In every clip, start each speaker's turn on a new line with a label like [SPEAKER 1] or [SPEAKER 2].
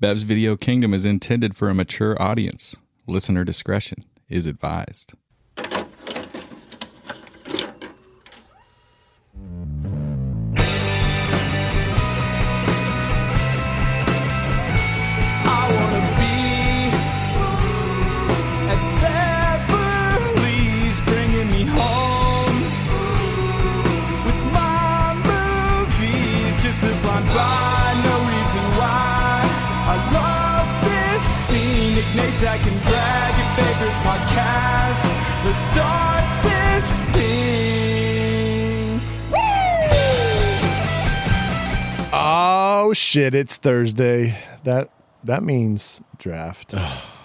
[SPEAKER 1] Bev's Video Kingdom is intended for a mature audience. Listener discretion is advised.
[SPEAKER 2] I wanna be at Beverly's, bringing me home with my movies. Just a blind buy, no reason why. I love this scene. Nick Nate's I can brag your favorite podcast. Let's start this thing.
[SPEAKER 3] Oh shit! It's Thursday. That that means draft.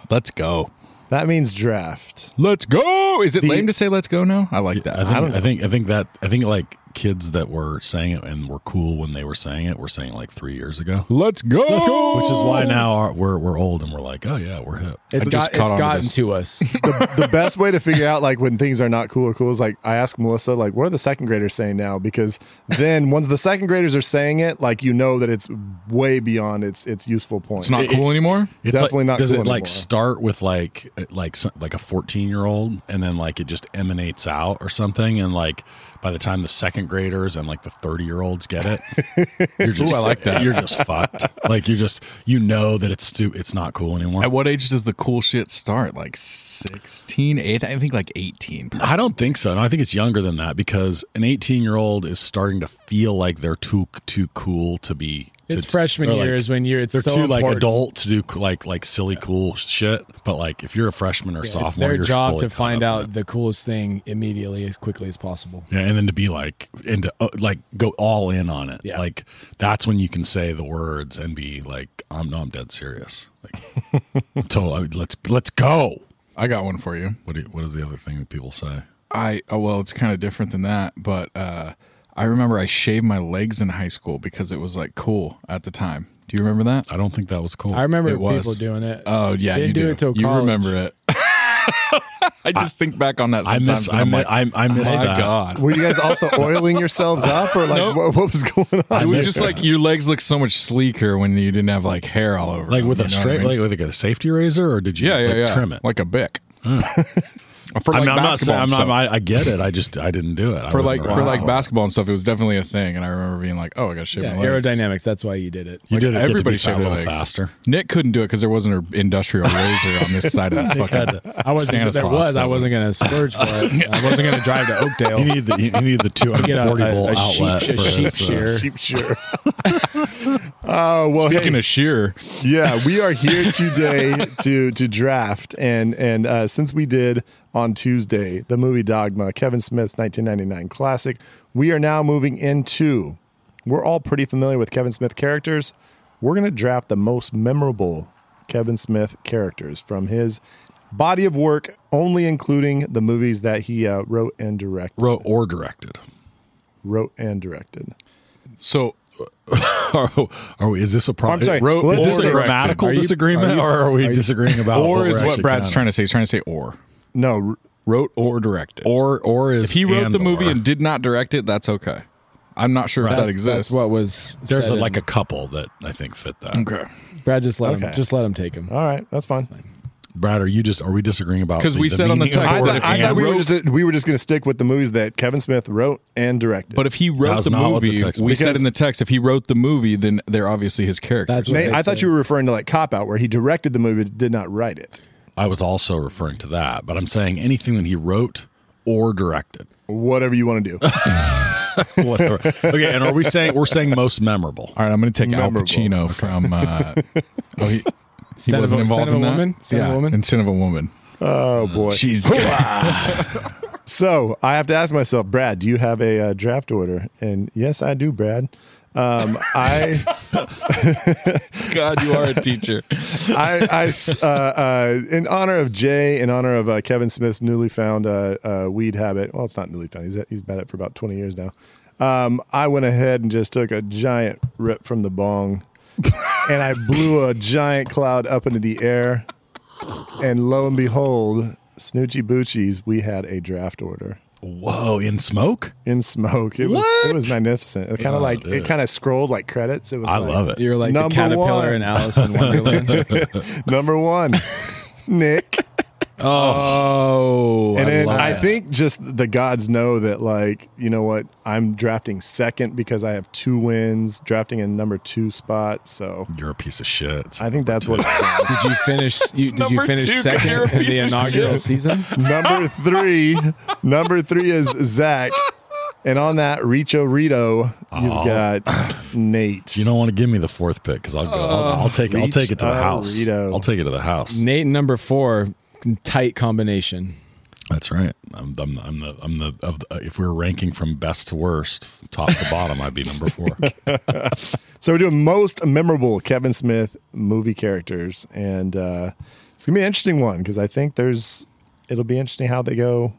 [SPEAKER 4] Let's go.
[SPEAKER 3] that means draft.
[SPEAKER 1] Let's go! Is it
[SPEAKER 3] The-
[SPEAKER 1] lame to say let's go now? I like that.
[SPEAKER 4] I think I, think I think that I think like kids that were saying it and were cool when they were saying it were saying it like three years ago.
[SPEAKER 1] let's go! Let's go!
[SPEAKER 4] Which is why now our, we're we're old and we're like, oh yeah, we're hip.
[SPEAKER 5] It's,
[SPEAKER 1] I've just
[SPEAKER 5] got,
[SPEAKER 1] caught
[SPEAKER 5] it's
[SPEAKER 1] on to
[SPEAKER 5] gotten
[SPEAKER 1] this.
[SPEAKER 5] to us.
[SPEAKER 3] the best way to figure out like when things are not cool or cool is like I ask Melissa like what are the second graders saying now because then once the second graders are saying it like you know that it's way beyond its its useful point.
[SPEAKER 1] it's not
[SPEAKER 4] It-
[SPEAKER 1] cool anymore.
[SPEAKER 4] It's
[SPEAKER 3] Definitely
[SPEAKER 4] like,
[SPEAKER 3] not
[SPEAKER 4] Does
[SPEAKER 3] cool
[SPEAKER 4] it like
[SPEAKER 3] anymore.
[SPEAKER 4] start with like like so- like a fourteen year old, and then like it just emanates out or something, and like by the time the second graders and like the thirty year olds get it, you're just I like that. You're just fucked. Like you're just you know that it's stu- it's not cool anymore.
[SPEAKER 1] At what age does the cool shit start? Like 16, 8? I think like 18.
[SPEAKER 4] I don't think so. No, I think it's younger than that because an 18 year old is starting to feel like they're too too cool to be.
[SPEAKER 5] It's
[SPEAKER 4] to-
[SPEAKER 5] freshman
[SPEAKER 4] or, like,
[SPEAKER 5] year is when you're. It's
[SPEAKER 4] They're
[SPEAKER 5] so
[SPEAKER 4] too like
[SPEAKER 5] important.
[SPEAKER 4] adult to do like like silly cool shit. But like if you're a freshman or sophomore,
[SPEAKER 5] It's their
[SPEAKER 4] you're
[SPEAKER 5] job
[SPEAKER 4] fully
[SPEAKER 5] to
[SPEAKER 4] caught
[SPEAKER 5] find
[SPEAKER 4] up in
[SPEAKER 5] out the coolest thing immediately as quickly as possible.
[SPEAKER 4] it. Yeah, and then to be like and to uh, like go all in on it.
[SPEAKER 5] Yeah.
[SPEAKER 4] Like that's when you can say the words and be like, I'm no, I'm dead serious. Like total. I mean, let's let's go.
[SPEAKER 1] I got one for you.
[SPEAKER 4] What do you, what is the other thing that people say?
[SPEAKER 1] I oh, well, it's kind of different than that, but uh, I remember I shaved my legs in high school because it was like cool at the time. Do you remember that?
[SPEAKER 4] I don't think that was cool.
[SPEAKER 5] I remember
[SPEAKER 1] It was.
[SPEAKER 5] people doing it.
[SPEAKER 1] Oh yeah,
[SPEAKER 5] Didn't
[SPEAKER 1] you
[SPEAKER 5] do it till
[SPEAKER 1] you
[SPEAKER 5] college.
[SPEAKER 1] remember it. I just think back on that.
[SPEAKER 4] I
[SPEAKER 1] Sometimes
[SPEAKER 4] miss.
[SPEAKER 1] and
[SPEAKER 4] I
[SPEAKER 1] I'm
[SPEAKER 4] miss.
[SPEAKER 1] like, "Oh
[SPEAKER 4] I, I miss
[SPEAKER 1] my
[SPEAKER 4] that.
[SPEAKER 1] god.
[SPEAKER 3] Were you guys also oiling yourselves up or like
[SPEAKER 1] Nope.
[SPEAKER 3] what, what was going on?
[SPEAKER 4] I
[SPEAKER 1] It was
[SPEAKER 4] miss
[SPEAKER 1] just
[SPEAKER 4] that.
[SPEAKER 1] like your legs look so much sleeker when you didn't have like hair all over,
[SPEAKER 4] like
[SPEAKER 1] them,
[SPEAKER 4] with
[SPEAKER 1] you
[SPEAKER 4] a
[SPEAKER 1] know what I
[SPEAKER 4] straight,
[SPEAKER 1] mean?
[SPEAKER 4] like with like a safety razor, or did you
[SPEAKER 1] yeah, yeah,
[SPEAKER 4] like,
[SPEAKER 1] yeah,
[SPEAKER 4] trim it? Hmm.
[SPEAKER 1] like a bic. for
[SPEAKER 4] I
[SPEAKER 1] like
[SPEAKER 4] mean, I'm not
[SPEAKER 1] basketball,
[SPEAKER 4] saying I'm
[SPEAKER 1] and
[SPEAKER 4] not,
[SPEAKER 1] stuff.
[SPEAKER 4] I, I get it. I just I didn't do it I
[SPEAKER 1] for
[SPEAKER 4] wasn't
[SPEAKER 1] like for
[SPEAKER 4] around.
[SPEAKER 1] like basketball and stuff. It was definitely a thing, and I remember being like, "Oh, I got to shave
[SPEAKER 5] yeah,
[SPEAKER 1] my legs."
[SPEAKER 5] aerodynamics. That's why you did it.
[SPEAKER 4] You did it.
[SPEAKER 1] everybody
[SPEAKER 4] Everybody
[SPEAKER 1] shaved
[SPEAKER 4] should a
[SPEAKER 1] their
[SPEAKER 4] little
[SPEAKER 1] legs.
[SPEAKER 4] faster.
[SPEAKER 1] Nick couldn't do it because there wasn't an industrial razor on this side of the fucking.
[SPEAKER 5] I wasn't. There
[SPEAKER 1] Stanislaus,
[SPEAKER 5] was. I
[SPEAKER 1] that
[SPEAKER 5] wasn't going to splurge for it. I wasn't going to drive to Oakdale.
[SPEAKER 4] You need the you need the 240
[SPEAKER 5] a- a
[SPEAKER 4] volt
[SPEAKER 5] sheep-
[SPEAKER 4] outlet.
[SPEAKER 5] a
[SPEAKER 4] for
[SPEAKER 5] sheep
[SPEAKER 4] this, uh,
[SPEAKER 5] shear.
[SPEAKER 3] Sheep sure. Oh well, hey,
[SPEAKER 1] Speaking of sheer,
[SPEAKER 3] yeah, we are here today to to draft, and and uh, since we did on Tuesday the movie Dogma, Kevin Smith's 1999 classic, we are now moving into. We're all pretty familiar with Kevin Smith characters. We're going to draft the most memorable Kevin Smith characters from his body of work, only including the movies that he uh, wrote and directed.
[SPEAKER 4] wrote or directed.
[SPEAKER 3] Wrote and directed.
[SPEAKER 1] so
[SPEAKER 4] Are, are we? Is this a problem?
[SPEAKER 3] I'm sorry,
[SPEAKER 4] Wrote,
[SPEAKER 3] let's
[SPEAKER 4] is this
[SPEAKER 3] just
[SPEAKER 4] a
[SPEAKER 3] say-
[SPEAKER 4] grammatical
[SPEAKER 5] Are you-
[SPEAKER 4] disagreement,
[SPEAKER 5] are you-
[SPEAKER 4] or are we disagreeing about?
[SPEAKER 1] or
[SPEAKER 4] Oh, we're
[SPEAKER 1] is what
[SPEAKER 4] actually
[SPEAKER 1] Brad's
[SPEAKER 4] counting?
[SPEAKER 1] trying to say. He's trying to say or
[SPEAKER 3] No, r-
[SPEAKER 1] wrote or directed.
[SPEAKER 4] Or or is
[SPEAKER 1] if he wrote the movie
[SPEAKER 4] or.
[SPEAKER 1] and did not direct it, that's okay. I'm not sure if that
[SPEAKER 5] That's
[SPEAKER 1] exists.
[SPEAKER 5] what was.
[SPEAKER 4] there's
[SPEAKER 5] said
[SPEAKER 4] a,
[SPEAKER 5] in-
[SPEAKER 4] like a couple that I think fit that.
[SPEAKER 1] okay,
[SPEAKER 5] Brad. Just let him.
[SPEAKER 3] Okay.
[SPEAKER 5] Just let him take him.
[SPEAKER 3] all right, that's fine.
[SPEAKER 4] Brad, are you just are we disagreeing about?
[SPEAKER 1] 'Cause
[SPEAKER 4] the-
[SPEAKER 1] we said on the
[SPEAKER 4] meaning of
[SPEAKER 1] text
[SPEAKER 3] I
[SPEAKER 1] Or
[SPEAKER 4] word
[SPEAKER 3] thought, I
[SPEAKER 4] and
[SPEAKER 3] thought we
[SPEAKER 4] wrote?
[SPEAKER 3] were just uh, we were just going to stick with the movies that Kevin Smith wrote and directed.
[SPEAKER 1] but if he wrote
[SPEAKER 4] was
[SPEAKER 1] the
[SPEAKER 4] not what the
[SPEAKER 1] movie,
[SPEAKER 4] text
[SPEAKER 1] we
[SPEAKER 4] was.
[SPEAKER 1] said
[SPEAKER 3] Because-
[SPEAKER 1] in the text, if he wrote the movie, then they're obviously his character.
[SPEAKER 5] That's what
[SPEAKER 3] Nate,
[SPEAKER 5] they
[SPEAKER 3] I thought
[SPEAKER 5] said.
[SPEAKER 3] you were referring to like Cop Out, where he directed the movie but did not write it.
[SPEAKER 4] I was also referring to that, but I'm saying anything that he wrote or directed.
[SPEAKER 3] Whatever you want to do.
[SPEAKER 4] Whatever. okay, and are we saying we're saying most memorable?
[SPEAKER 1] All right, I'm going to take
[SPEAKER 3] Memorable.
[SPEAKER 1] Al Pacino from. Uh, oh, he, he
[SPEAKER 5] Son of
[SPEAKER 1] wasn't
[SPEAKER 5] a-
[SPEAKER 1] involved
[SPEAKER 5] Son of
[SPEAKER 1] in
[SPEAKER 5] a
[SPEAKER 1] that.
[SPEAKER 5] Woman? Son
[SPEAKER 1] yeah,
[SPEAKER 5] of a Woman?
[SPEAKER 1] in Sin of a Woman.
[SPEAKER 3] Oh boy.
[SPEAKER 1] She's
[SPEAKER 3] So I have to ask myself, Brad, do you have a uh, draft order? And yes, I do, Brad. Um, I,
[SPEAKER 1] God, you are a teacher.
[SPEAKER 3] I, I s- uh, uh, in honor of Jay, in honor of uh, Kevin Smith's newly found uh, uh, weed habit. Well, it's not newly found. He's he's had it for about twenty years now. Um, I went ahead and just took a giant rip from the bong, and I blew a giant cloud up into the air. And lo and behold, Snoochie Boochies, we had a draft order.
[SPEAKER 4] Whoa, in smoke?
[SPEAKER 3] in smoke. It was it
[SPEAKER 4] What?
[SPEAKER 3] was magnificent. It kind
[SPEAKER 4] Oh,
[SPEAKER 3] of like it
[SPEAKER 4] dude.
[SPEAKER 3] kind of scrolled like credits. It was.
[SPEAKER 4] I
[SPEAKER 3] like,
[SPEAKER 4] love it.
[SPEAKER 5] You're like
[SPEAKER 3] Number
[SPEAKER 5] the caterpillar
[SPEAKER 3] one.
[SPEAKER 5] in Alice in Wonderland.
[SPEAKER 3] Number one, Nick.
[SPEAKER 1] Oh,
[SPEAKER 3] And
[SPEAKER 1] I
[SPEAKER 3] then
[SPEAKER 1] love
[SPEAKER 3] I
[SPEAKER 1] it.
[SPEAKER 3] think just the gods know that, like, you know what? I'm drafting second because I have two wins, drafting in number two spot. So
[SPEAKER 4] You're a piece of shit.
[SPEAKER 3] I think that's what. it
[SPEAKER 5] did you finish? You, did you
[SPEAKER 2] number
[SPEAKER 5] finish
[SPEAKER 2] two, 'cause you're a
[SPEAKER 5] second in the
[SPEAKER 2] piece of
[SPEAKER 5] inaugural season?
[SPEAKER 3] number three, number three is Zach, and on that Richo Rito, you've
[SPEAKER 4] Oh.
[SPEAKER 3] got Nate.
[SPEAKER 4] you don't want to give me the fourth pick because I'll go. I'll, I'll take. I'll
[SPEAKER 3] Reach
[SPEAKER 4] take it to the
[SPEAKER 3] a
[SPEAKER 4] house.
[SPEAKER 3] Rito.
[SPEAKER 4] I'll take it to the house.
[SPEAKER 5] Nate number four, tight combination.
[SPEAKER 4] That's right. I'm, I'm, I'm the. I'm the. Of the, if we were ranking from best to worst, top to bottom, I'd be number four.
[SPEAKER 3] So we're doing most memorable Kevin Smith movie characters, and uh, it's gonna be an interesting one because I think there's it'll be interesting how they go,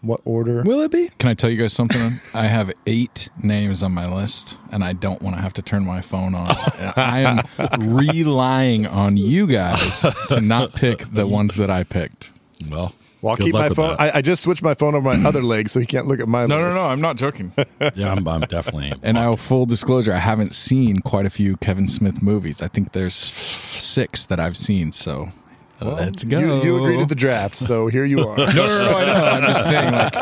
[SPEAKER 3] what order.
[SPEAKER 5] Will it be?
[SPEAKER 1] Can I tell you guys something? I have eight names on my list, and I don't want to have to turn my phone on. And I am relying on you guys to not pick the ones that I picked.
[SPEAKER 4] Well,
[SPEAKER 3] Well, I'll
[SPEAKER 4] good
[SPEAKER 3] keep
[SPEAKER 4] luck
[SPEAKER 3] my
[SPEAKER 4] with
[SPEAKER 3] phone.
[SPEAKER 4] that.
[SPEAKER 3] I, I just switched my phone over my other leg, so he can't look at my.
[SPEAKER 1] No, no,
[SPEAKER 3] list.
[SPEAKER 1] no, I'm not joking.
[SPEAKER 4] yeah, I'm, I'm definitely.
[SPEAKER 1] And I'll full disclosure, I haven't seen quite a few Kevin Smith movies. I think there's six that I've seen. So
[SPEAKER 3] Well,
[SPEAKER 1] let's go.
[SPEAKER 3] You, you agreed to the draft, so here you are.
[SPEAKER 1] No, no, no, I know. I'm just saying. Like,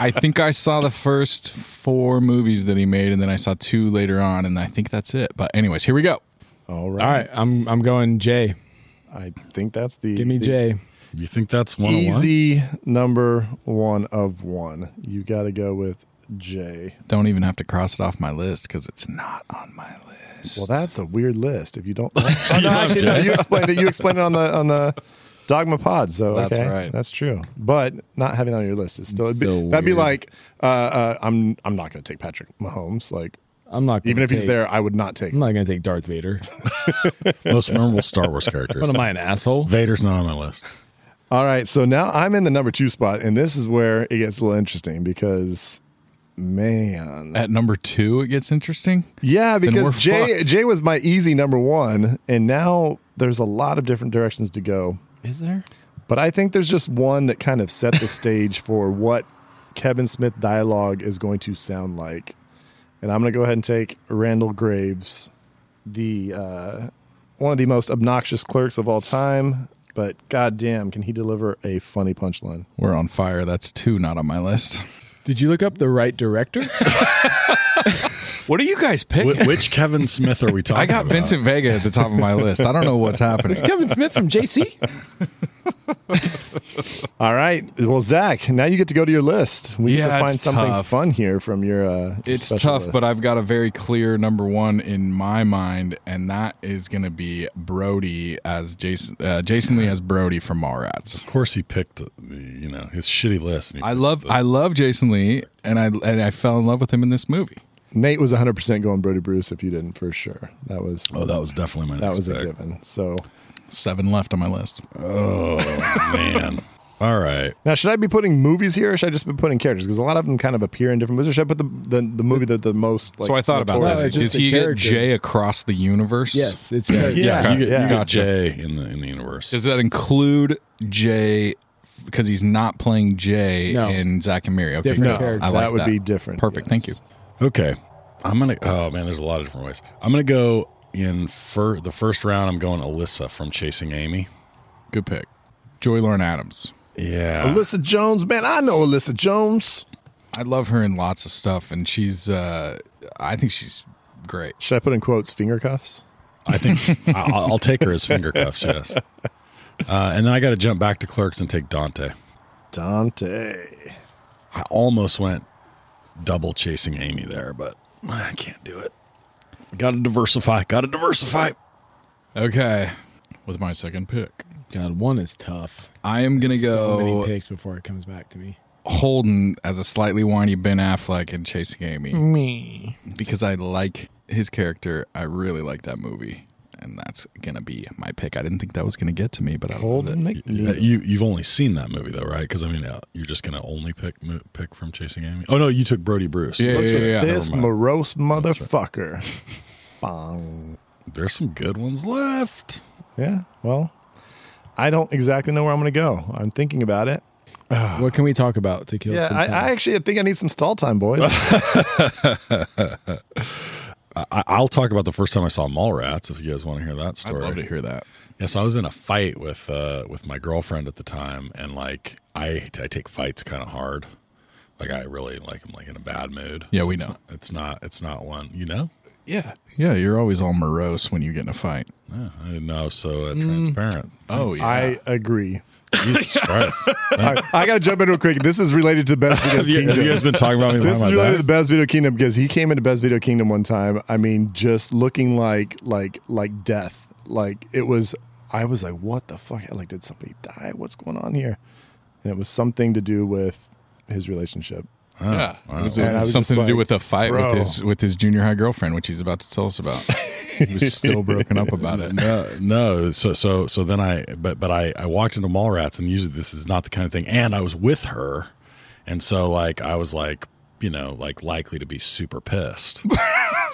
[SPEAKER 1] I think I saw the first four movies that he made, and then I saw two later on, and I think that's it. But anyways, here we go.
[SPEAKER 3] All
[SPEAKER 5] All right, I'm I'm going Jay.
[SPEAKER 3] I think that's the
[SPEAKER 5] Give me
[SPEAKER 3] the
[SPEAKER 5] Jay.
[SPEAKER 4] you think that's one one?
[SPEAKER 3] easy number one of one. You got to go with J.
[SPEAKER 1] Don't even have to cross it off my list because it's not on my list.
[SPEAKER 3] Well, that's a weird list. If you don't, oh, no, actually, no, you explained it. You explained it on the on the dogma pod. So
[SPEAKER 1] That's
[SPEAKER 3] okay,
[SPEAKER 1] right.
[SPEAKER 3] That's true. But not having it on your list is still, it'd be,
[SPEAKER 5] So
[SPEAKER 3] that'd be
[SPEAKER 5] weird.
[SPEAKER 3] like uh, uh, I'm I'm not going to take Patrick Mahomes. Like
[SPEAKER 5] I'm not gonna
[SPEAKER 3] even if he's
[SPEAKER 5] take-
[SPEAKER 3] there, I would not take.
[SPEAKER 5] I'm
[SPEAKER 3] him.
[SPEAKER 5] not gonna take Darth Vader.
[SPEAKER 4] Most memorable Star Wars characters.
[SPEAKER 5] What am I, an asshole?
[SPEAKER 4] Vader's not on my list.
[SPEAKER 3] All right, so now I'm in the number two spot, and this is where it gets a little interesting because. Man,
[SPEAKER 1] At number two, it gets interesting.
[SPEAKER 3] yeah, because
[SPEAKER 1] we're
[SPEAKER 3] Jay
[SPEAKER 1] fucked.
[SPEAKER 3] Jay was my easy number one, and now there's a lot of different directions to go.
[SPEAKER 1] Is there?
[SPEAKER 3] But I think there's just one that kind of set the stage for what Kevin Smith dialogue is going to sound like. And I'm going to go ahead and take Randall Graves, the uh, one of the most obnoxious clerks of all time. But goddamn, can he deliver a funny punchline?
[SPEAKER 1] We're on fire. That's two not on my list.
[SPEAKER 5] Did you look up the right director?
[SPEAKER 1] What are you guys picking?
[SPEAKER 4] Wh- which Kevin Smith are we talking?
[SPEAKER 1] I got
[SPEAKER 4] about?
[SPEAKER 1] Vincent Vega at the top of my list. I don't know what's happening.
[SPEAKER 5] Kevin Smith from JC.
[SPEAKER 3] All right, well, Zach, now you get to go to your list. We
[SPEAKER 1] Yeah,
[SPEAKER 3] get to find
[SPEAKER 1] it's
[SPEAKER 3] something
[SPEAKER 1] tough.
[SPEAKER 3] fun here from your. Uh,
[SPEAKER 1] It's
[SPEAKER 3] special
[SPEAKER 1] tough,
[SPEAKER 3] list.
[SPEAKER 1] but I've got a very clear number one in my mind, and that is going to be Brody as Jason uh, Jason Lee as Brody from Mallrats.
[SPEAKER 4] Of course, he picked the, you know his shitty list. and he
[SPEAKER 1] I
[SPEAKER 4] picks
[SPEAKER 1] love
[SPEAKER 4] the-
[SPEAKER 1] I love Jason Lee, and I and I fell in love with him in this movie.
[SPEAKER 3] Nate was 100 percent going Brody Bruce. If you didn't, for sure, that was
[SPEAKER 4] Oh, that was definitely my.
[SPEAKER 3] that
[SPEAKER 4] next
[SPEAKER 3] was a
[SPEAKER 4] pick.
[SPEAKER 3] given. So
[SPEAKER 1] Seven left on my list.
[SPEAKER 4] Oh, man. All right.
[SPEAKER 3] Now, should I be putting movies here, or should I just be putting characters? Because a lot of them kind of appear in different movies. Or Should I put the the, the movie that the most? Like,
[SPEAKER 1] so I thought about
[SPEAKER 5] Well,
[SPEAKER 1] that.
[SPEAKER 5] it's just
[SPEAKER 1] Does he
[SPEAKER 5] the
[SPEAKER 1] get
[SPEAKER 5] character.
[SPEAKER 1] Jay across the universe?
[SPEAKER 5] Yes, it's yeah.
[SPEAKER 3] Yeah,
[SPEAKER 4] You get,
[SPEAKER 3] yeah.
[SPEAKER 4] you get
[SPEAKER 1] Gotcha.
[SPEAKER 4] Jay in the in the universe.
[SPEAKER 1] Does that include Jay? Because he's not playing Jay
[SPEAKER 5] No.
[SPEAKER 1] in Zach and Miri. Okay,
[SPEAKER 5] Different
[SPEAKER 1] good.
[SPEAKER 5] character.
[SPEAKER 1] I like
[SPEAKER 3] That would be different,
[SPEAKER 1] Perfect.
[SPEAKER 3] yes.
[SPEAKER 1] Thank you.
[SPEAKER 4] Okay. I'm gonna. Oh man, there's a lot of different ways. I'm gonna go in for the first round. I'm going Alyssa from Chasing Amy.
[SPEAKER 1] Good pick. Joy Lauren Adams.
[SPEAKER 4] Yeah.
[SPEAKER 3] Alyssa Jones, man, I know Alyssa Jones.
[SPEAKER 1] I love her in lots of stuff, and she's. Uh, I think she's great.
[SPEAKER 3] Should I put in quotes finger cuffs?
[SPEAKER 4] I think I- I'll, I'll take her as finger cuffs. Yes. Uh, and then I got to jump back to clerks and take Dante.
[SPEAKER 3] Dante.
[SPEAKER 4] I almost went double chasing Amy there, but I can't do it. Got to diversify. Got to diversify.
[SPEAKER 1] Okay, with my second pick,
[SPEAKER 5] God, one is tough.
[SPEAKER 1] I am gonna
[SPEAKER 5] so
[SPEAKER 1] go
[SPEAKER 5] many picks before it comes back to me.
[SPEAKER 1] Holden as a slightly whiny Ben Affleck in Chasing Amy.
[SPEAKER 3] Mm-hmm.
[SPEAKER 1] Me, because I like his character. I really like that movie, and that's gonna be my pick. I didn't think that was gonna get to me, but I love it.
[SPEAKER 4] Uh, You you've only seen that movie though, right? Because I mean, uh, you're just gonna only pick mo- pick from Chasing Amy. Oh no, you took Brody Bruce.
[SPEAKER 1] Yeah,
[SPEAKER 4] That's
[SPEAKER 1] yeah,
[SPEAKER 4] right.
[SPEAKER 1] yeah.
[SPEAKER 4] Never
[SPEAKER 3] This
[SPEAKER 4] mind.
[SPEAKER 3] morose motherfucker. Bong.
[SPEAKER 4] There's some good ones left.
[SPEAKER 3] Yeah. Well, I don't exactly know where I'm going to go. I'm thinking about it.
[SPEAKER 5] What can we talk about to kill?
[SPEAKER 3] Yeah,
[SPEAKER 5] some
[SPEAKER 3] I,
[SPEAKER 5] time?
[SPEAKER 3] I actually think I need some stall time, boys.
[SPEAKER 4] I, I'll talk about the first time I saw Mallrats if you guys want to hear that
[SPEAKER 1] I'd
[SPEAKER 4] story.
[SPEAKER 1] love to hear that.
[SPEAKER 4] Yeah, so I was in a fight with uh, with my girlfriend at the time, and like I I take fights kind of hard. Like I really like I'm like in a bad mood.
[SPEAKER 1] Yeah, we
[SPEAKER 4] It's
[SPEAKER 1] know.
[SPEAKER 4] not- it's not it's not one you know.
[SPEAKER 1] Yeah. Yeah, you're always all morose when you get in a fight.
[SPEAKER 4] Yeah, I didn't know I was so uh, transparent.
[SPEAKER 1] Oh, yeah.
[SPEAKER 3] I agree.
[SPEAKER 4] Jesus Christ!
[SPEAKER 3] All right, I got to jump into it quick. This is related to Best Video
[SPEAKER 4] have, you, have you
[SPEAKER 3] Kingdom.
[SPEAKER 4] guys been talking about me
[SPEAKER 3] This
[SPEAKER 4] behind
[SPEAKER 3] is
[SPEAKER 4] my
[SPEAKER 3] related to
[SPEAKER 4] back?
[SPEAKER 3] Best Video Kingdom because he came into Best Video Kingdom one time. I mean, just looking like like like death. Like it was. I was like, what the fuck? Like, did somebody die? What's going on here? And it was something to do with his relationship.
[SPEAKER 4] Oh,
[SPEAKER 1] yeah. It
[SPEAKER 4] wow.
[SPEAKER 1] was,
[SPEAKER 3] Man,
[SPEAKER 1] it
[SPEAKER 3] I was just
[SPEAKER 1] something to do
[SPEAKER 3] like,
[SPEAKER 1] with a fight
[SPEAKER 3] bro.
[SPEAKER 1] with his with his junior high girlfriend, which he's about to tell us about. he was still broken up about it.
[SPEAKER 4] no, Uh, no. So, so, so then I, but, but I, I walked into Mallrats, and usually this is not the kind of thing. And I was with her, and so like I was like, you know, like likely to be super pissed,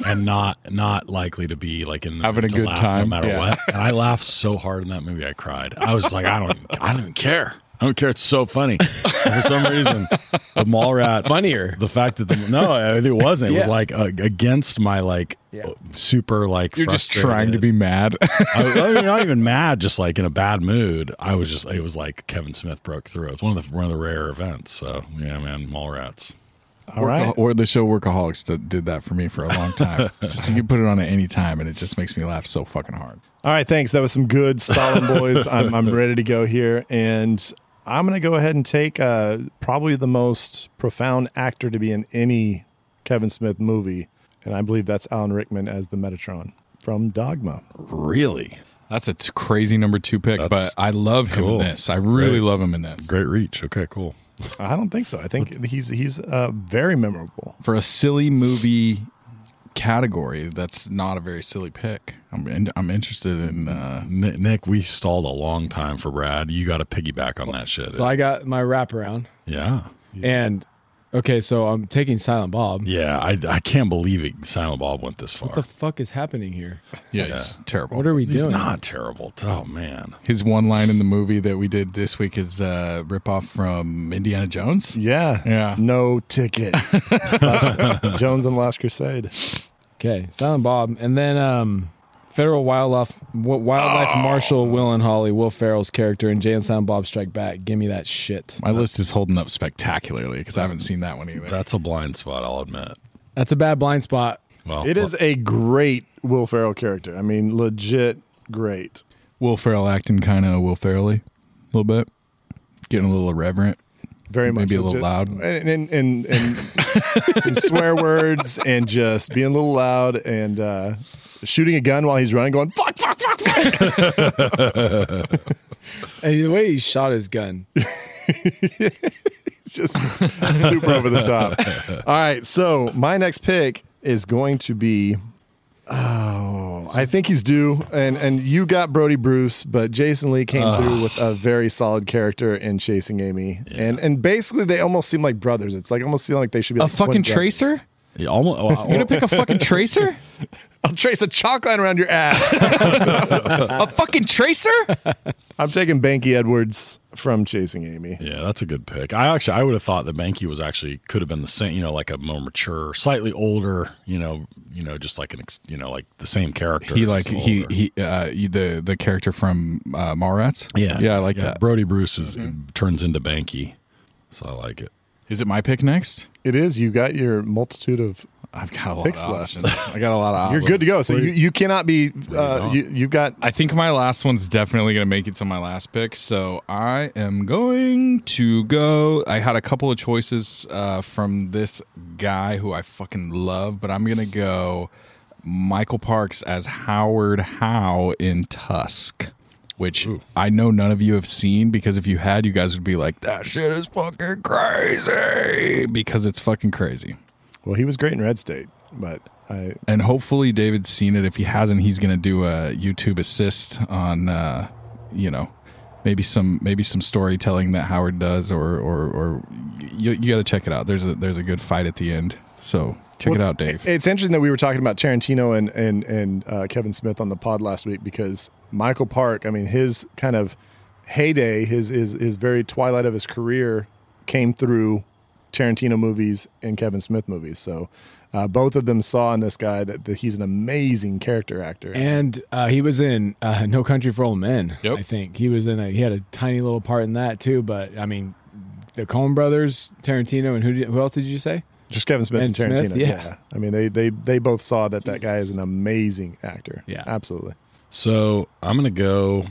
[SPEAKER 4] and not not likely to be like in the
[SPEAKER 1] Having a
[SPEAKER 4] mood to
[SPEAKER 1] good
[SPEAKER 4] laugh
[SPEAKER 1] time,
[SPEAKER 4] no matter
[SPEAKER 1] yeah.
[SPEAKER 4] what. And I laughed so hard in that movie, I cried. I was like, I don't, I don't even care. I don't care. It's so funny. And for some reason, the Mallrats
[SPEAKER 5] Funnier.
[SPEAKER 4] The fact that the no, I- it wasn't. It was
[SPEAKER 5] Yeah.
[SPEAKER 4] like uh, against my like super like.
[SPEAKER 1] You're just trying to
[SPEAKER 4] frustrated-
[SPEAKER 1] be mad.
[SPEAKER 4] I, I was not even mad, just like in a bad mood. I was just, it was like Kevin Smith broke through. It's one of the one of the rare events. So yeah, man, Mallrats.
[SPEAKER 3] All right.
[SPEAKER 1] Or the show Workaholics did- did that for me for a long time. just, you can put it on at any time, and it just makes me laugh so fucking hard.
[SPEAKER 3] All right, thanks. That was some good Stalin boys. I'm, I'm ready to go here, and I'm going to go ahead and take uh, probably the most profound actor to be in any Kevin Smith movie, and I believe that's Alan Rickman as the Metatron from Dogma.
[SPEAKER 4] Really
[SPEAKER 1] That's a t- crazy number two pick,
[SPEAKER 4] That's
[SPEAKER 1] but I love
[SPEAKER 4] cool.
[SPEAKER 1] him in this. I really
[SPEAKER 4] Great.
[SPEAKER 1] love him in this.
[SPEAKER 4] great reach. Okay, cool.
[SPEAKER 3] I don't think so. I think he's he's uh, very memorable.
[SPEAKER 1] For a silly movie category, that's not a very silly pick. I'm in, I'm interested in. Uh,
[SPEAKER 4] Nick, Nick, we stalled a long time for Brad. You got to piggyback on that shit.
[SPEAKER 5] So I got my wraparound,
[SPEAKER 4] yeah,
[SPEAKER 5] and okay, so I'm taking Silent Bob.
[SPEAKER 4] yeah. I, I can't believe it. Silent Bob went this far.
[SPEAKER 5] What the fuck is happening here?
[SPEAKER 1] yeah, he's terrible.
[SPEAKER 5] What are we
[SPEAKER 4] He's
[SPEAKER 5] doing?
[SPEAKER 4] not terrible. Oh man,
[SPEAKER 1] His one line in the movie that we did this week is uh, rip off from Indiana Jones.
[SPEAKER 3] Yeah,
[SPEAKER 1] Yeah.
[SPEAKER 3] No ticket. Last- Jones and Last Crusade.
[SPEAKER 5] Okay, Silent Bob, and then um, federal wildlife wa- wildlife
[SPEAKER 3] Oh.
[SPEAKER 5] marshal Will and Holly, Will Ferrell's character, and Jay and Silent Bob Strike Back. Give me that shit.
[SPEAKER 1] My list is holding up spectacularly because I haven't seen that one either.
[SPEAKER 4] that's a blind spot. I'll admit.
[SPEAKER 5] That's a bad blind spot.
[SPEAKER 4] Well,
[SPEAKER 3] It is a great Will Ferrell character. I mean, legit great.
[SPEAKER 1] Will Ferrell acting kind of Will Ferrelly, a little bit, getting a little irreverent.
[SPEAKER 3] very much
[SPEAKER 1] Maybe a little
[SPEAKER 3] legit-
[SPEAKER 1] loud.
[SPEAKER 3] and and and, and some swear words and just being a little loud and uh, shooting a gun while he's running, going fuck, fuck, fuck, fuck.
[SPEAKER 5] And the way he shot his gun.
[SPEAKER 3] It's just super over the top. All right, so my next pick is going to be. Oh, I think he's due, and and you got Brody Bruce, but Jason Lee came through with a very solid character in Chasing Amy, and and basically they almost seem like brothers. It's like almost seem like they should be
[SPEAKER 1] A
[SPEAKER 3] like twin
[SPEAKER 1] fucking
[SPEAKER 3] brothers.
[SPEAKER 1] tracer?
[SPEAKER 4] Yeah, almost.
[SPEAKER 1] You're gonna pick a fucking tracer?
[SPEAKER 3] I'll trace a chalk line around your ass.
[SPEAKER 1] A fucking tracer?
[SPEAKER 3] I'm taking Banky Edwards from Chasing Amy.
[SPEAKER 4] Yeah, that's a good pick. I actually I would have thought that Banky was actually could have been the same, you know, like a more mature, slightly older, you know, you know, just like an ex, you know, like the same character.
[SPEAKER 1] He like
[SPEAKER 4] as an
[SPEAKER 1] he
[SPEAKER 4] older.
[SPEAKER 1] he uh you- the the character from uh, Mallrats.
[SPEAKER 4] yeah
[SPEAKER 1] yeah, I like that. Is
[SPEAKER 4] Brody Bruce is turns into Banky, so I like it.
[SPEAKER 1] it my pick next?
[SPEAKER 3] It is. You got your multitude of.
[SPEAKER 1] I've got a lot
[SPEAKER 3] Picks
[SPEAKER 1] of
[SPEAKER 3] left.
[SPEAKER 1] options. I got a lot of.
[SPEAKER 3] You're
[SPEAKER 1] options.
[SPEAKER 3] good to go. So you, you cannot be. Uh, you, you've got.
[SPEAKER 1] I think my last one's definitely going to make it to my last pick. So I am going to go. I had a couple of choices uh, from this guy who I fucking love, but I'm going to go Michael Parks as Howard Howe in Tusk, which I know none of you have seen because if you had, you guys would be like, that shit is fucking crazy because it's fucking crazy.
[SPEAKER 3] Well, he was great in Red State, but I.
[SPEAKER 1] And hopefully David's seen it. If he hasn't, he's going to do a YouTube assist on, uh, you know, maybe some maybe some storytelling that Howard does, or or or you, you got to check it out. There's a there's a good fight at the end, so check it
[SPEAKER 3] Well,
[SPEAKER 1] out, Dave.
[SPEAKER 3] It's interesting that we were talking about Tarantino and and and uh, Kevin Smith on the pod last week because Michael Park. I mean, his kind of heyday, his his his very twilight of his career, came through Tarantino movies and Kevin Smith movies. So uh, both of them saw in this guy that, that he's an amazing character actor.
[SPEAKER 5] And uh, he was in uh, No Country for Old Men.
[SPEAKER 1] Yep.
[SPEAKER 5] I think he was in a he had a tiny little part in that too. But I mean, the Coen Brothers, Tarantino, and who did, who else did you say?
[SPEAKER 3] Just Kevin Smith and,
[SPEAKER 5] And Smith,
[SPEAKER 3] Tarantino.
[SPEAKER 5] yeah.
[SPEAKER 3] I mean, they they they both saw that that guy is an amazing actor.
[SPEAKER 1] Yeah.
[SPEAKER 3] absolutely.
[SPEAKER 4] So I'm gonna go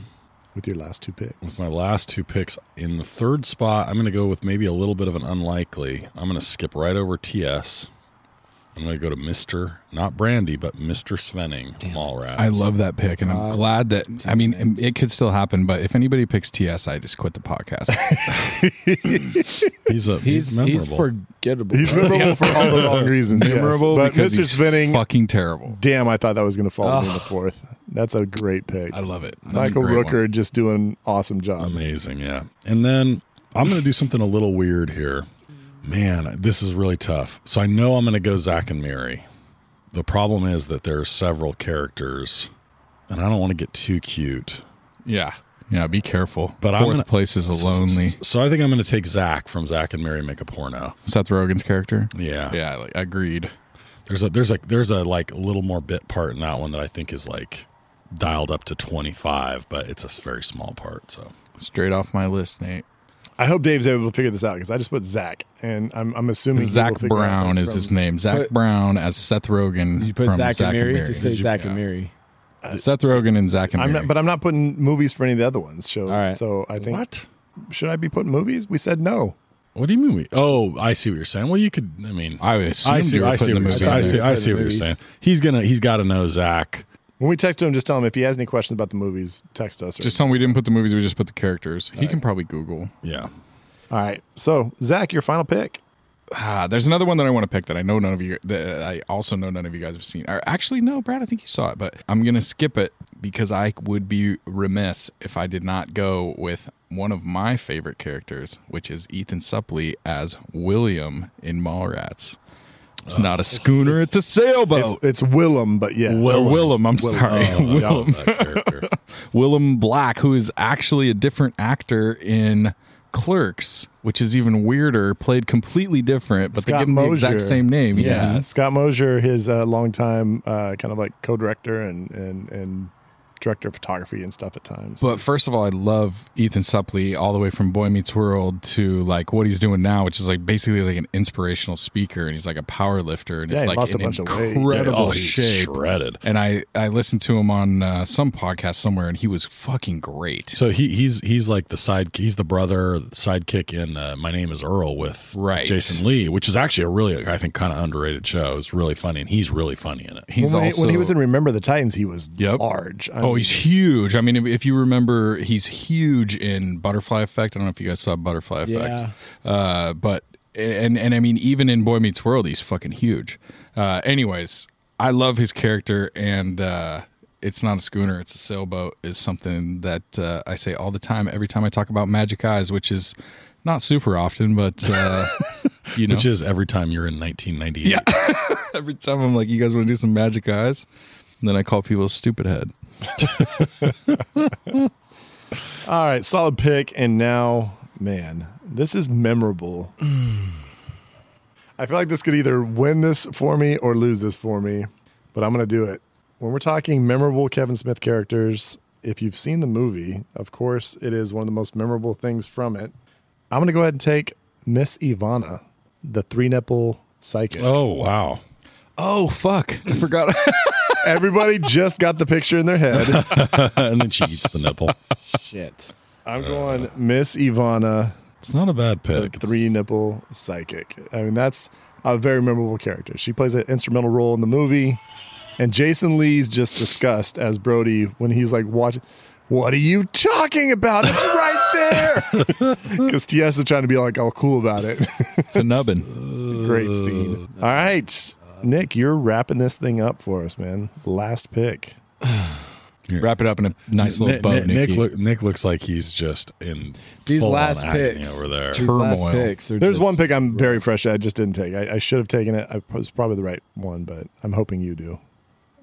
[SPEAKER 3] With your last two picks,
[SPEAKER 4] with my last two picks in the third spot. I'm gonna go with maybe a little bit of an unlikely. I'm gonna skip right over TS. I'm gonna go to Mister, not Brandy, but Mister Svenning from Mallrats.
[SPEAKER 1] I love that pick, and
[SPEAKER 4] Uh,
[SPEAKER 1] I'm
[SPEAKER 5] God
[SPEAKER 1] glad that. I mean, it could still happen, but if anybody picks TS, I just quit the podcast.
[SPEAKER 4] He's a he's,
[SPEAKER 5] He's he's
[SPEAKER 4] memorable.
[SPEAKER 5] forgettable.
[SPEAKER 3] he's memorable for all the wrong reasons. yes.
[SPEAKER 1] Memorable
[SPEAKER 3] but
[SPEAKER 1] because
[SPEAKER 3] Mr.
[SPEAKER 1] he's
[SPEAKER 3] Svenning.
[SPEAKER 1] fucking terrible.
[SPEAKER 3] Damn, I thought that was going to fall to me in the fourth. That's a great pick.
[SPEAKER 1] I love it. That's a
[SPEAKER 3] Michael
[SPEAKER 1] great
[SPEAKER 3] Rooker
[SPEAKER 1] one. Mm-hmm.
[SPEAKER 3] just doing awesome job.
[SPEAKER 4] Amazing, yeah. And then I'm going to do something a little weird here. Man, this is really tough. So I know I'm going to go Zach and Mary. The problem is that there are several characters, and I don't want to get too cute.
[SPEAKER 1] Yeah, yeah. Be careful.
[SPEAKER 4] But
[SPEAKER 1] 4th
[SPEAKER 4] I'm gonna-
[SPEAKER 1] place is a lonely
[SPEAKER 4] So I think I'm going to take Zach from Zach and Mary Make a Porno.
[SPEAKER 1] Seth Rogen's character.
[SPEAKER 4] Yeah,
[SPEAKER 1] Yeah, like, agreed.
[SPEAKER 4] There's a there's a there's a like little more bit part in that one that I think is like dialed up to 25, but it's a very small part. So
[SPEAKER 1] Straight off my list, Nate.
[SPEAKER 3] I hope Dave's able to figure this out because I just put Zach, and I'm, I'm assuming he will
[SPEAKER 1] Zach
[SPEAKER 3] figure out
[SPEAKER 1] Brown
[SPEAKER 3] who's
[SPEAKER 1] is his
[SPEAKER 3] from-
[SPEAKER 1] name. Zach
[SPEAKER 5] Put-
[SPEAKER 1] Brown as Seth Rogen
[SPEAKER 5] You put
[SPEAKER 1] from
[SPEAKER 5] Zach, and Mary. Just say
[SPEAKER 1] Did you-
[SPEAKER 5] Zach
[SPEAKER 1] yeah.
[SPEAKER 5] and Mary.
[SPEAKER 1] Seth Rogen and Zach and
[SPEAKER 3] I'm
[SPEAKER 1] Mary.
[SPEAKER 3] not, but I'm not putting movies for any of the other ones. So,
[SPEAKER 5] All right.
[SPEAKER 3] so I think
[SPEAKER 4] what?
[SPEAKER 3] should I be putting movies? We said no.
[SPEAKER 4] What do you mean? We, oh, I see what you're saying. Well, you could. I mean,
[SPEAKER 1] I assumed
[SPEAKER 4] I see.
[SPEAKER 1] you were
[SPEAKER 4] I see.
[SPEAKER 1] putting
[SPEAKER 4] What
[SPEAKER 1] the
[SPEAKER 4] you're
[SPEAKER 1] movie
[SPEAKER 4] saying.
[SPEAKER 1] in
[SPEAKER 4] I
[SPEAKER 1] there.
[SPEAKER 4] see. I see
[SPEAKER 5] Putting
[SPEAKER 4] what you're
[SPEAKER 5] the
[SPEAKER 4] saying. He's gonna. He's got to know Zach.
[SPEAKER 3] When we text him, just tell him if he has any questions about the movies, text us. Or,
[SPEAKER 1] Just tell him we didn't put the movies. We just put the characters. He can probably Google.
[SPEAKER 4] Yeah.
[SPEAKER 3] all right. So Zach, your final pick.
[SPEAKER 1] Ah, there's another one that I want to pick that I know none of you. That uh, I also know none of you guys have seen. Or actually, no, Brad, I think you saw it, but I'm gonna skip it because I would be remiss if I did not go with one of my favorite characters, which is Ethan Suplee as William in Mallrats. It's not a schooner; it's, a
[SPEAKER 3] It's,
[SPEAKER 1] sailboat.
[SPEAKER 3] it's Willem, but yeah,
[SPEAKER 1] Or Willem, Oh, I'm sorry,
[SPEAKER 4] Oh,
[SPEAKER 1] Willem.
[SPEAKER 4] that character.
[SPEAKER 1] Willem Black, who is actually a different actor in Clerks, which is even weirder, played completely different, but they
[SPEAKER 3] Scott
[SPEAKER 1] give him the exact
[SPEAKER 3] Mosier.
[SPEAKER 1] same name. Yeah.
[SPEAKER 3] Scott Mosier, his uh, longtime uh, kind of like co-director and and and director of photography and stuff at times.
[SPEAKER 1] But first of all, I love Ethan Suplee all the way from Boy Meets World to like what he's doing now, which is like basically like an inspirational speaker, and he's like a power lifter, and
[SPEAKER 3] Yeah,
[SPEAKER 1] it's
[SPEAKER 3] he
[SPEAKER 1] like
[SPEAKER 3] lost a
[SPEAKER 1] an
[SPEAKER 3] bunch of weight.
[SPEAKER 1] incredible
[SPEAKER 4] Yeah, oh, he's
[SPEAKER 1] shape.
[SPEAKER 4] shredded.
[SPEAKER 1] And I I listened to him on uh, some podcast somewhere, and he was fucking great.
[SPEAKER 4] So he he's he's like the side. He's the brother sidekick in uh, My Name Is Earl with
[SPEAKER 1] Right.
[SPEAKER 4] Jason Lee, which is actually a really I think kind of underrated show. It's really funny, and he's really funny in it.
[SPEAKER 1] he's
[SPEAKER 3] when, he-
[SPEAKER 1] also
[SPEAKER 3] when he was in Remember the Titans, he was
[SPEAKER 1] Yep.
[SPEAKER 3] large. I
[SPEAKER 1] Oh,
[SPEAKER 3] mean,
[SPEAKER 1] he's huge. I mean, if, if you remember, he's huge in Butterfly Effect. I don't know if you guys saw Butterfly Effect. Uh, but and and I mean, even in Boy Meets World, he's fucking huge. Uh, anyways, I love his character, and uh, it's not a schooner; it's a sailboat. Is something that uh, I say all the time, every time I talk about Magic Eyes, which is not super often, but uh, you know,
[SPEAKER 4] Which is every time you're in 1998. Yeah.
[SPEAKER 1] every time I'm like, "You guys want to do some Magic Eyes?" And then I call people a stupid head.
[SPEAKER 3] All right, solid pick. And now, man, this is memorable. I feel like this could either win this for me or lose this for me, but I'm going to do it. When we're talking memorable Kevin Smith characters, if you've seen the movie, of course, it is one of the most memorable things from it. I'm going to go ahead and take Miss Ivana, the three nipple psychic.
[SPEAKER 4] Oh wow.
[SPEAKER 1] Oh fuck! I forgot.
[SPEAKER 3] Everybody just got the picture in their head.
[SPEAKER 4] and then she eats the nipple.
[SPEAKER 5] Shit.
[SPEAKER 3] I'm going Miss Ivana,
[SPEAKER 4] It's not a bad
[SPEAKER 3] the
[SPEAKER 4] pick. It's-
[SPEAKER 3] three nipple psychic. I mean, that's a very memorable character. She plays an instrumental role in the movie, and Jason Lee's just disgust as Brody when he's like, "Watch, what are you talking about? It's right there." Because TS is trying to be like all cool about it.
[SPEAKER 1] it's a nubbin.
[SPEAKER 3] Great scene. All right, Nick, you're wrapping this thing up for us, man. Last pick.
[SPEAKER 1] Wrap it up in a nice little
[SPEAKER 4] Nick,
[SPEAKER 1] bow,
[SPEAKER 4] Nick, Nick,
[SPEAKER 1] Nikki.
[SPEAKER 4] look, Nick looks like he's just in
[SPEAKER 5] These
[SPEAKER 4] full-on
[SPEAKER 5] last
[SPEAKER 4] agony
[SPEAKER 5] picks.
[SPEAKER 4] over there.
[SPEAKER 5] These last
[SPEAKER 1] Turmoil.
[SPEAKER 5] picks are
[SPEAKER 3] There's
[SPEAKER 5] just-
[SPEAKER 3] one pick I'm very fresh. at I just didn't take. I, I should have taken it. I was probably the right one, but I'm hoping you do.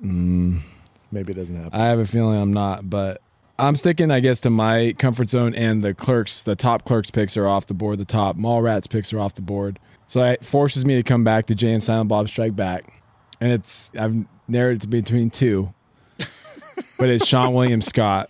[SPEAKER 3] Maybe it doesn't happen.
[SPEAKER 5] I have a feeling I'm not, but I'm sticking, I guess, to my comfort zone, and the clerks, the top clerks picks are off the board. The top mall rats picks are off the board. So it forces me to come back to Jay and Silent Bob Strike Back, and it's I've narrowed it to between two, but it's Sean William Scott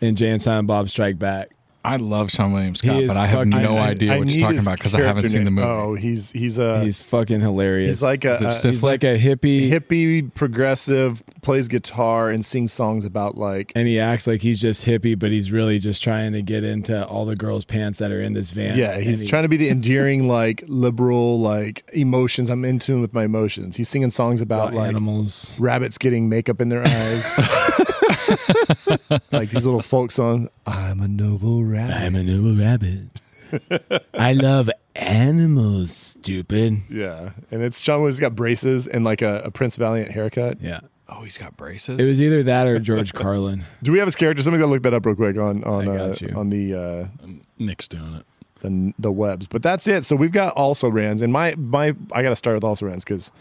[SPEAKER 5] and Jay and Silent Bob Strike Back.
[SPEAKER 1] I love Sean William Scott,
[SPEAKER 5] is
[SPEAKER 1] but I have
[SPEAKER 5] fucking-
[SPEAKER 1] no
[SPEAKER 5] I-
[SPEAKER 1] idea what
[SPEAKER 3] need
[SPEAKER 1] you're talking
[SPEAKER 3] his
[SPEAKER 1] about because I haven't
[SPEAKER 3] character
[SPEAKER 1] seen the movie.
[SPEAKER 3] name. Oh, he's he's a he's,
[SPEAKER 5] He's fucking hilarious.
[SPEAKER 3] like a,
[SPEAKER 1] it
[SPEAKER 3] a-
[SPEAKER 1] stiff-
[SPEAKER 5] he's like a hippie,
[SPEAKER 3] hippie progressive, plays guitar and sings songs about like
[SPEAKER 5] and he acts like he's just hippie, but he's really just trying to get into all the girls' pants that are in this van.
[SPEAKER 3] yeah,
[SPEAKER 5] And
[SPEAKER 3] he's
[SPEAKER 5] he-
[SPEAKER 3] trying to be the endearing like liberal like emotions. I'm in tune with my emotions. He's singing songs about
[SPEAKER 5] about
[SPEAKER 3] like
[SPEAKER 5] animals.
[SPEAKER 3] rabbits getting makeup in their eyes. like these little folk songs. I'm a noble rabbit.
[SPEAKER 5] a noble rabbit. I love animals, stupid.
[SPEAKER 3] yeah. And it's John Williams got braces and like a, a Prince Valiant haircut.
[SPEAKER 5] Yeah.
[SPEAKER 1] Oh, he's got braces.
[SPEAKER 5] It was either that or George Carlin.
[SPEAKER 3] Do we have his character? Somebody gotta look that up real quick on on
[SPEAKER 5] I
[SPEAKER 3] uh,
[SPEAKER 5] got you.
[SPEAKER 3] on the uh
[SPEAKER 4] Nick's doing it.
[SPEAKER 3] the, the webs. But that's it. So we've got also rans, and my my I got to start with also rans because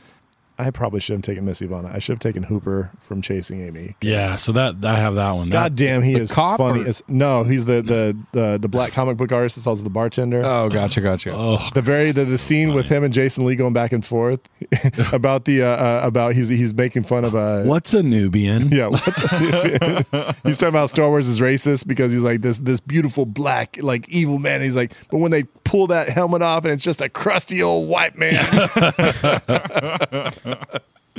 [SPEAKER 3] I probably should have taken Miss Ivana. I should have taken Hooper from Chasing Amy.
[SPEAKER 4] Yeah, so that I have that one. That-
[SPEAKER 3] God damn, he
[SPEAKER 1] the
[SPEAKER 3] is
[SPEAKER 1] cop
[SPEAKER 3] funny.
[SPEAKER 1] or-
[SPEAKER 3] As, no, he's the, the the the black comic book artist that's also the bartender.
[SPEAKER 1] oh, gotcha, gotcha.
[SPEAKER 4] Oh,
[SPEAKER 3] the very the, the scene with him and Jason Lee going back and forth about the uh, uh, about he's he's making fun of uh,
[SPEAKER 4] what's a Nubian?
[SPEAKER 3] yeah, what's he's talking about Star Wars is racist because he's like this this beautiful black like evil man. he's like, but when they pull that helmet off and it's just a crusty old white man,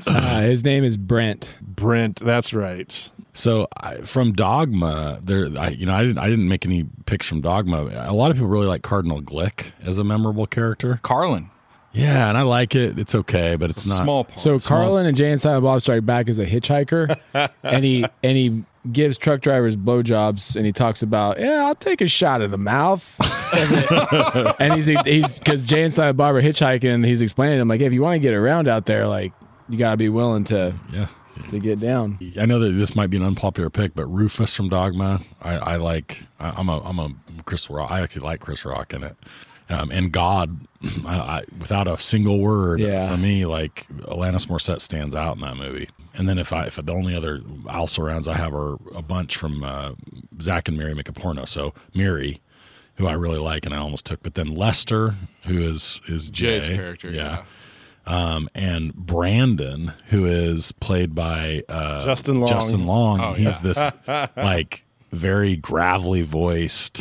[SPEAKER 5] Uh, his name is Brent.
[SPEAKER 3] Brent. That's right.
[SPEAKER 4] So I, from Dogma, there, I, you know, I didn't, I didn't make any picks from Dogma. A lot of people really like Cardinal Glick as a memorable character.
[SPEAKER 1] Carlin.
[SPEAKER 4] Yeah, and I like it. It's okay, but it's, not
[SPEAKER 1] Small part.
[SPEAKER 5] So
[SPEAKER 4] Small-
[SPEAKER 5] Carlin and Jay and Silent Bob Strike Back is a hitchhiker, and he and he gives truck drivers blowjobs, and he talks about yeah, I'll take a shot of the mouth, and he's he's because Jay and Silent Bob are hitchhiking, and he's explaining to him like hey, if you want to get around out there, like you gotta be willing to
[SPEAKER 4] Yeah,
[SPEAKER 5] to get down.
[SPEAKER 4] I know that this might be an unpopular pick, but Rufus from Dogma, I, I like. I, I'm a, I'm a Chris Rock. I actually like Chris Rock in it. Um, and God, I, I, without a single word
[SPEAKER 5] Yeah.
[SPEAKER 4] for me, like Alanis Morissette stands out in that movie. And then if I, if the only other also rounds I have are a bunch from uh, Zach and Mary make a porno. So Mary, who I really like, and I almost took, but then Lester, who is is
[SPEAKER 1] Jay's
[SPEAKER 4] Jay.
[SPEAKER 1] character, yeah.
[SPEAKER 4] Um, and Brandon, who is played by uh,
[SPEAKER 3] Justin Long.
[SPEAKER 4] Justin Long.
[SPEAKER 1] Oh,
[SPEAKER 4] He's this like very gravelly voiced.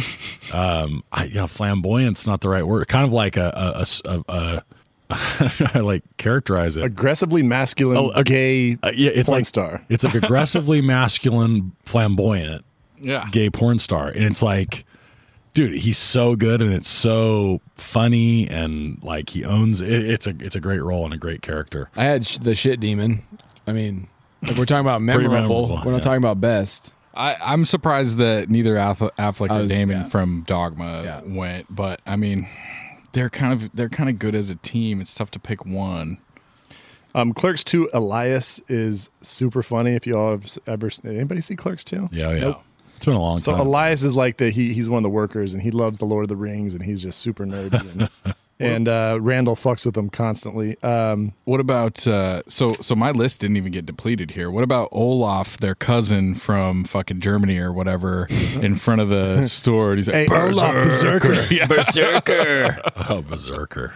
[SPEAKER 4] Um, I, you know, flamboyant's not the right word. Kind of like a a, a s- a- a- I like characterize it.
[SPEAKER 3] Aggressively masculine,
[SPEAKER 4] Oh, a-
[SPEAKER 3] gay
[SPEAKER 4] Uh, yeah, it's
[SPEAKER 3] porn
[SPEAKER 4] like
[SPEAKER 3] star.
[SPEAKER 4] It's like aggressively masculine, flamboyant
[SPEAKER 1] Yeah.
[SPEAKER 4] gay porn star, and it's like. Dude, he's so good, and it's so funny, and like he owns it. It's a it's a great role and a great character.
[SPEAKER 5] I had sh- the shit demon. I mean, if we're talking about
[SPEAKER 4] Pretty
[SPEAKER 5] memorable,
[SPEAKER 4] memorable,
[SPEAKER 5] we're not
[SPEAKER 4] yeah.
[SPEAKER 5] talking about best.
[SPEAKER 1] I, I'm surprised that neither Aff- Affleck
[SPEAKER 5] I
[SPEAKER 1] or
[SPEAKER 5] was-
[SPEAKER 1] Damon
[SPEAKER 5] yeah.
[SPEAKER 1] from Dogma
[SPEAKER 5] Yeah.
[SPEAKER 1] went, but I mean, they're kind of they're kind of good as a team. It's tough to pick one.
[SPEAKER 3] Um, Clerks Two. Elias is super funny. If you all have s- ever s- anybody see Clerks Two?
[SPEAKER 4] Yeah, yeah. It's been a long
[SPEAKER 3] So
[SPEAKER 4] time.
[SPEAKER 3] Elias is like the he he's one of the workers and he loves the Lord of the Rings and he's just super nerdy and, and uh, Randall fucks with him constantly. Um,
[SPEAKER 1] What about uh, so so? My list didn't even get depleted here. What about Olaf, their cousin from fucking Germany or whatever, in front of the store? And he's
[SPEAKER 3] hey,
[SPEAKER 1] like,
[SPEAKER 3] Olaf Berserker.
[SPEAKER 1] Berserker.
[SPEAKER 4] oh, Berserker.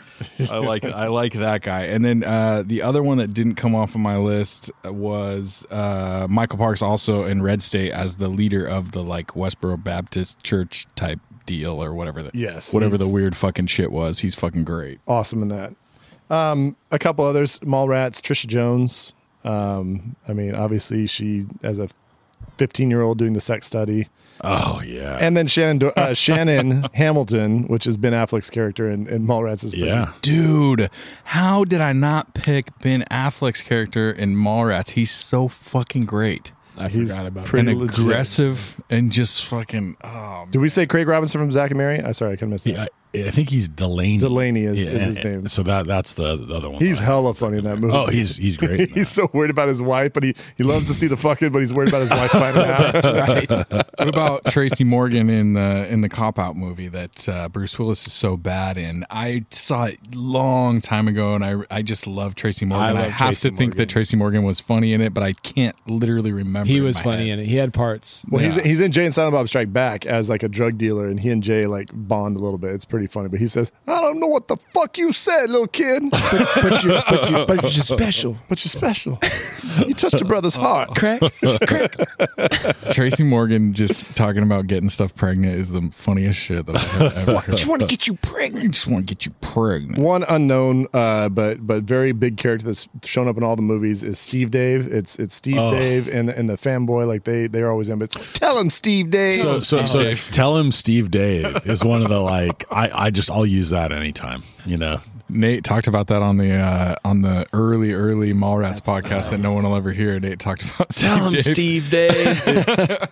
[SPEAKER 1] I like I like that guy. And then uh, the other one that didn't come off of my list was uh, Michael Parks, also in Red State as the leader of the like Westboro Baptist Church type deal or whatever. The,
[SPEAKER 3] Yes,
[SPEAKER 1] whatever the
[SPEAKER 3] he's-
[SPEAKER 1] weird fucking shit was. He's fucking great.
[SPEAKER 3] awesome in that. Um, a couple others, Mallrats, Trisha Jones. Um, I mean, obviously she as a 15 year old doing the sex study,
[SPEAKER 4] Oh yeah.
[SPEAKER 3] and then Shannon Do- uh, Shannon Hamilton, which is Ben Affleck's character in, in Mallrats, is pretty-
[SPEAKER 4] yeah.
[SPEAKER 1] Dude, how did I not pick Ben Affleck's character in Mallrats? He's so fucking great.
[SPEAKER 5] I
[SPEAKER 3] He's
[SPEAKER 5] forgot about
[SPEAKER 3] pretty-
[SPEAKER 5] that.
[SPEAKER 1] and
[SPEAKER 3] legit.
[SPEAKER 1] aggressive and just fucking oh
[SPEAKER 3] Did we say Craig Robinson from Zach and Mary? I sorry, I couldn't miss that.
[SPEAKER 4] Yeah, I think he's Delaney.
[SPEAKER 3] Delaney is- is his name.
[SPEAKER 4] So that that's the, the other one.
[SPEAKER 3] He's
[SPEAKER 4] that I-
[SPEAKER 3] hella funny in that movie.
[SPEAKER 4] Oh, he's he's great. in that.
[SPEAKER 3] He's so worried about his wife, but he, he loves to see the fucking, but he's worried about his wife finding out.
[SPEAKER 1] What about Tracy Morgan in the in the cop out movie that uh, Bruce Willis is so bad in? I saw it long time ago, and I I just love Tracy Morgan. I,
[SPEAKER 5] love
[SPEAKER 1] have
[SPEAKER 5] Tracy
[SPEAKER 1] to think that
[SPEAKER 5] Morgan.
[SPEAKER 1] Tracy Morgan was funny in it, but I can't literally remember.
[SPEAKER 5] He
[SPEAKER 1] in
[SPEAKER 5] was
[SPEAKER 1] my
[SPEAKER 5] funny
[SPEAKER 1] head.
[SPEAKER 5] in it. He had parts.
[SPEAKER 3] Well,
[SPEAKER 1] Yeah.
[SPEAKER 3] he's, he's in Jay and Silent Bob Strike Back as like a drug dealer, and he and Jay like bond a little bit. It's pretty funny, but he says, "I don't know what the fuck you said, little kid, but,
[SPEAKER 5] But you're, but you're, but you're special.
[SPEAKER 3] you're special. You touched your brother's heart."
[SPEAKER 5] Crack, crack.
[SPEAKER 1] Tracy Morgan just talking about getting stuff pregnant is the funniest shit that I've ever heard.
[SPEAKER 5] want to get you pregnant.
[SPEAKER 1] I just want to get you pregnant.
[SPEAKER 3] One unknown, uh, but but very big character that's shown up in all the movies is Steve Dave. It's it's Steve Dave and and the fanboy like they they're always in. But it's, tell him Steve Dave.
[SPEAKER 4] So so so
[SPEAKER 1] Dave.
[SPEAKER 4] tell him Steve Dave is one of the like I I just I'll use that anytime. You know.
[SPEAKER 1] Nate talked about that on the uh, on the early early Mallrats podcast that no one will ever hear. Nate talked about
[SPEAKER 4] Tell him
[SPEAKER 1] Dave.
[SPEAKER 4] Steve Dave.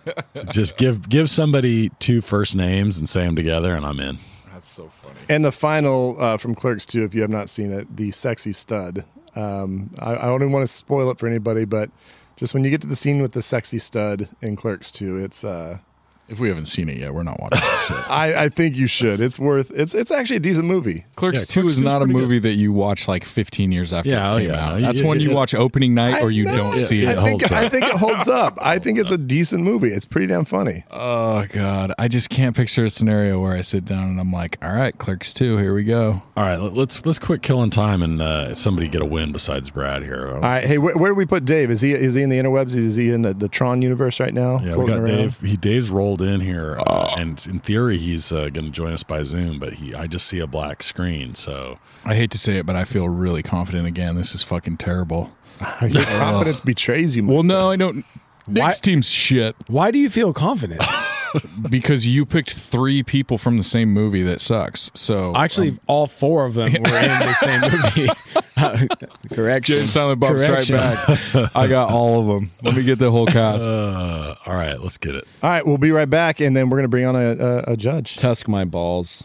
[SPEAKER 4] just give give somebody two first names and say them together, and I'm in.
[SPEAKER 1] That's so funny.
[SPEAKER 3] And the final uh, from Clerks 2, if you have not seen it, the sexy stud. Um, I, I don't even want to spoil it for anybody, but just when you get to the scene with the sexy stud in Clerks 2, it's uh,
[SPEAKER 1] If we haven't seen it yet, we're not watching that shit.
[SPEAKER 3] I, I think you should. It's worth. It's it's actually a decent movie.
[SPEAKER 1] Clerks
[SPEAKER 4] Yeah,
[SPEAKER 1] 2
[SPEAKER 4] Clerks
[SPEAKER 1] is
[SPEAKER 4] 2 's
[SPEAKER 1] not a
[SPEAKER 4] pretty
[SPEAKER 1] movie that you watch like 15 years after
[SPEAKER 4] Yeah, oh,
[SPEAKER 1] it came
[SPEAKER 4] yeah.
[SPEAKER 1] out.
[SPEAKER 4] Yeah,
[SPEAKER 1] That's one
[SPEAKER 4] yeah,
[SPEAKER 1] you
[SPEAKER 4] yeah.
[SPEAKER 1] watch opening night or you
[SPEAKER 3] I know.
[SPEAKER 1] don't see
[SPEAKER 4] Yeah,
[SPEAKER 1] it.
[SPEAKER 3] I think,
[SPEAKER 4] holds up.
[SPEAKER 3] I think it holds up. I think it's a decent movie. It's pretty damn funny.
[SPEAKER 1] Oh god, I just can't picture a scenario where I sit down and I'm like, "All right, Clerks 2, here we go."
[SPEAKER 4] All right, let- let's let's quit killing time and uh, somebody get a win besides Brad here.
[SPEAKER 3] All right, hey, where, where do we put Dave? Is he is he in the interwebs? Is he in the, the Tron universe right now?
[SPEAKER 4] Yeah,
[SPEAKER 3] floating
[SPEAKER 4] we got
[SPEAKER 3] around?
[SPEAKER 4] Dave. He Dave's rolled in here, uh, and in theory, he's uh, going to join us by Zoom. But he, I just see a black screen. So
[SPEAKER 1] I hate to say it, but I feel really confident again. This is fucking terrible.
[SPEAKER 3] Your confidence betrays you.
[SPEAKER 1] Well, no, I don't Next team's shit
[SPEAKER 5] Why do you feel confident?
[SPEAKER 1] because you picked 3 people from the same movie that sucks. So
[SPEAKER 5] Actually, all four of them were in the same movie. Uh, correction.
[SPEAKER 1] Jane Silent Bob Strike
[SPEAKER 5] Correction.
[SPEAKER 1] Back. I got all of them. Let me get the whole cast.
[SPEAKER 4] uh, all right, let's get it.
[SPEAKER 3] All right, we'll be right back, and then we're gonna bring on a, a, a judge.
[SPEAKER 5] Tusk my balls.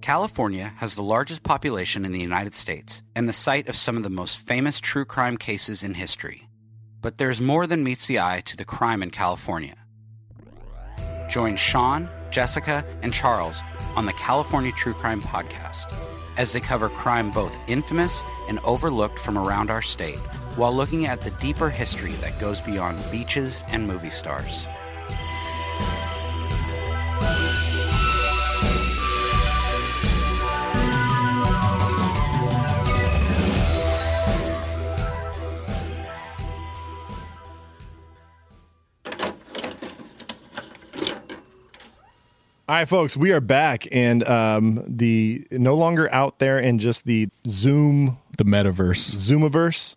[SPEAKER 6] California has the largest population in the United States and the site of some of the most famous true crime cases in history. But there's more than meets the eye to the crime in California. Join Sean, Jessica, and Charles on the California True Crime Podcast as they cover crime both infamous and overlooked from around our state while looking at the deeper history that goes beyond beaches and movie stars.
[SPEAKER 3] All right, folks, we are back, and um, the no longer out there in just the Zoom
[SPEAKER 1] the metaverse.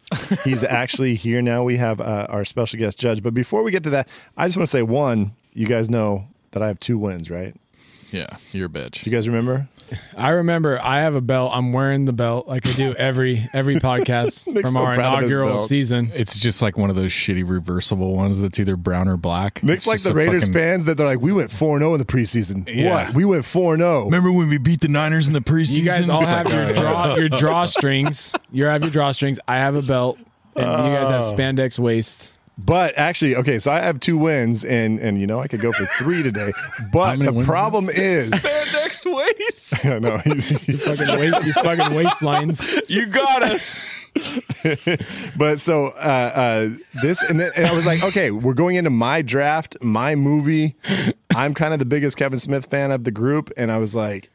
[SPEAKER 3] Zoomiverse. He's actually here now. We have uh, our special guest judge. But before we get to that, I just want to say one. You guys know that I have two wins, right?
[SPEAKER 1] Yeah, you're a bitch.
[SPEAKER 3] Do you guys remember?
[SPEAKER 5] I remember I have a belt. I'm wearing the belt like I do every every podcast
[SPEAKER 3] Nick's
[SPEAKER 5] from
[SPEAKER 3] so
[SPEAKER 5] our
[SPEAKER 3] proud of his
[SPEAKER 5] inaugural
[SPEAKER 3] belt.
[SPEAKER 5] season.
[SPEAKER 1] It's just like one of those shitty reversible ones that's either brown or black.
[SPEAKER 3] Nick's
[SPEAKER 1] It's
[SPEAKER 3] like
[SPEAKER 1] just
[SPEAKER 3] the
[SPEAKER 1] a
[SPEAKER 3] Raiders
[SPEAKER 1] fucking-
[SPEAKER 3] fans that they're like, we went four four zero in the preseason.
[SPEAKER 1] Yeah.
[SPEAKER 3] What? We went four oh. four zero.
[SPEAKER 1] Remember when we beat the Niners in the preseason?
[SPEAKER 5] You guys all
[SPEAKER 1] It's
[SPEAKER 5] have
[SPEAKER 1] like,
[SPEAKER 5] your
[SPEAKER 1] all right.
[SPEAKER 5] draw your drawstrings. You have your drawstrings. I have a belt, and you guys
[SPEAKER 3] Oh.
[SPEAKER 5] have spandex waist.
[SPEAKER 3] But actually, okay, so I have two wins, and and you know I could go for three today. But
[SPEAKER 4] many
[SPEAKER 3] the
[SPEAKER 4] wins?
[SPEAKER 3] problem is,
[SPEAKER 1] Spandex waist.
[SPEAKER 3] I know.
[SPEAKER 5] Fucking waist, you fucking waistlines.
[SPEAKER 1] You got us.
[SPEAKER 3] But so uh, uh, this, and, then, and I was like, okay, we're going into my draft, my movie. I'm kind of the biggest Kevin Smith fan of the group, and I was like,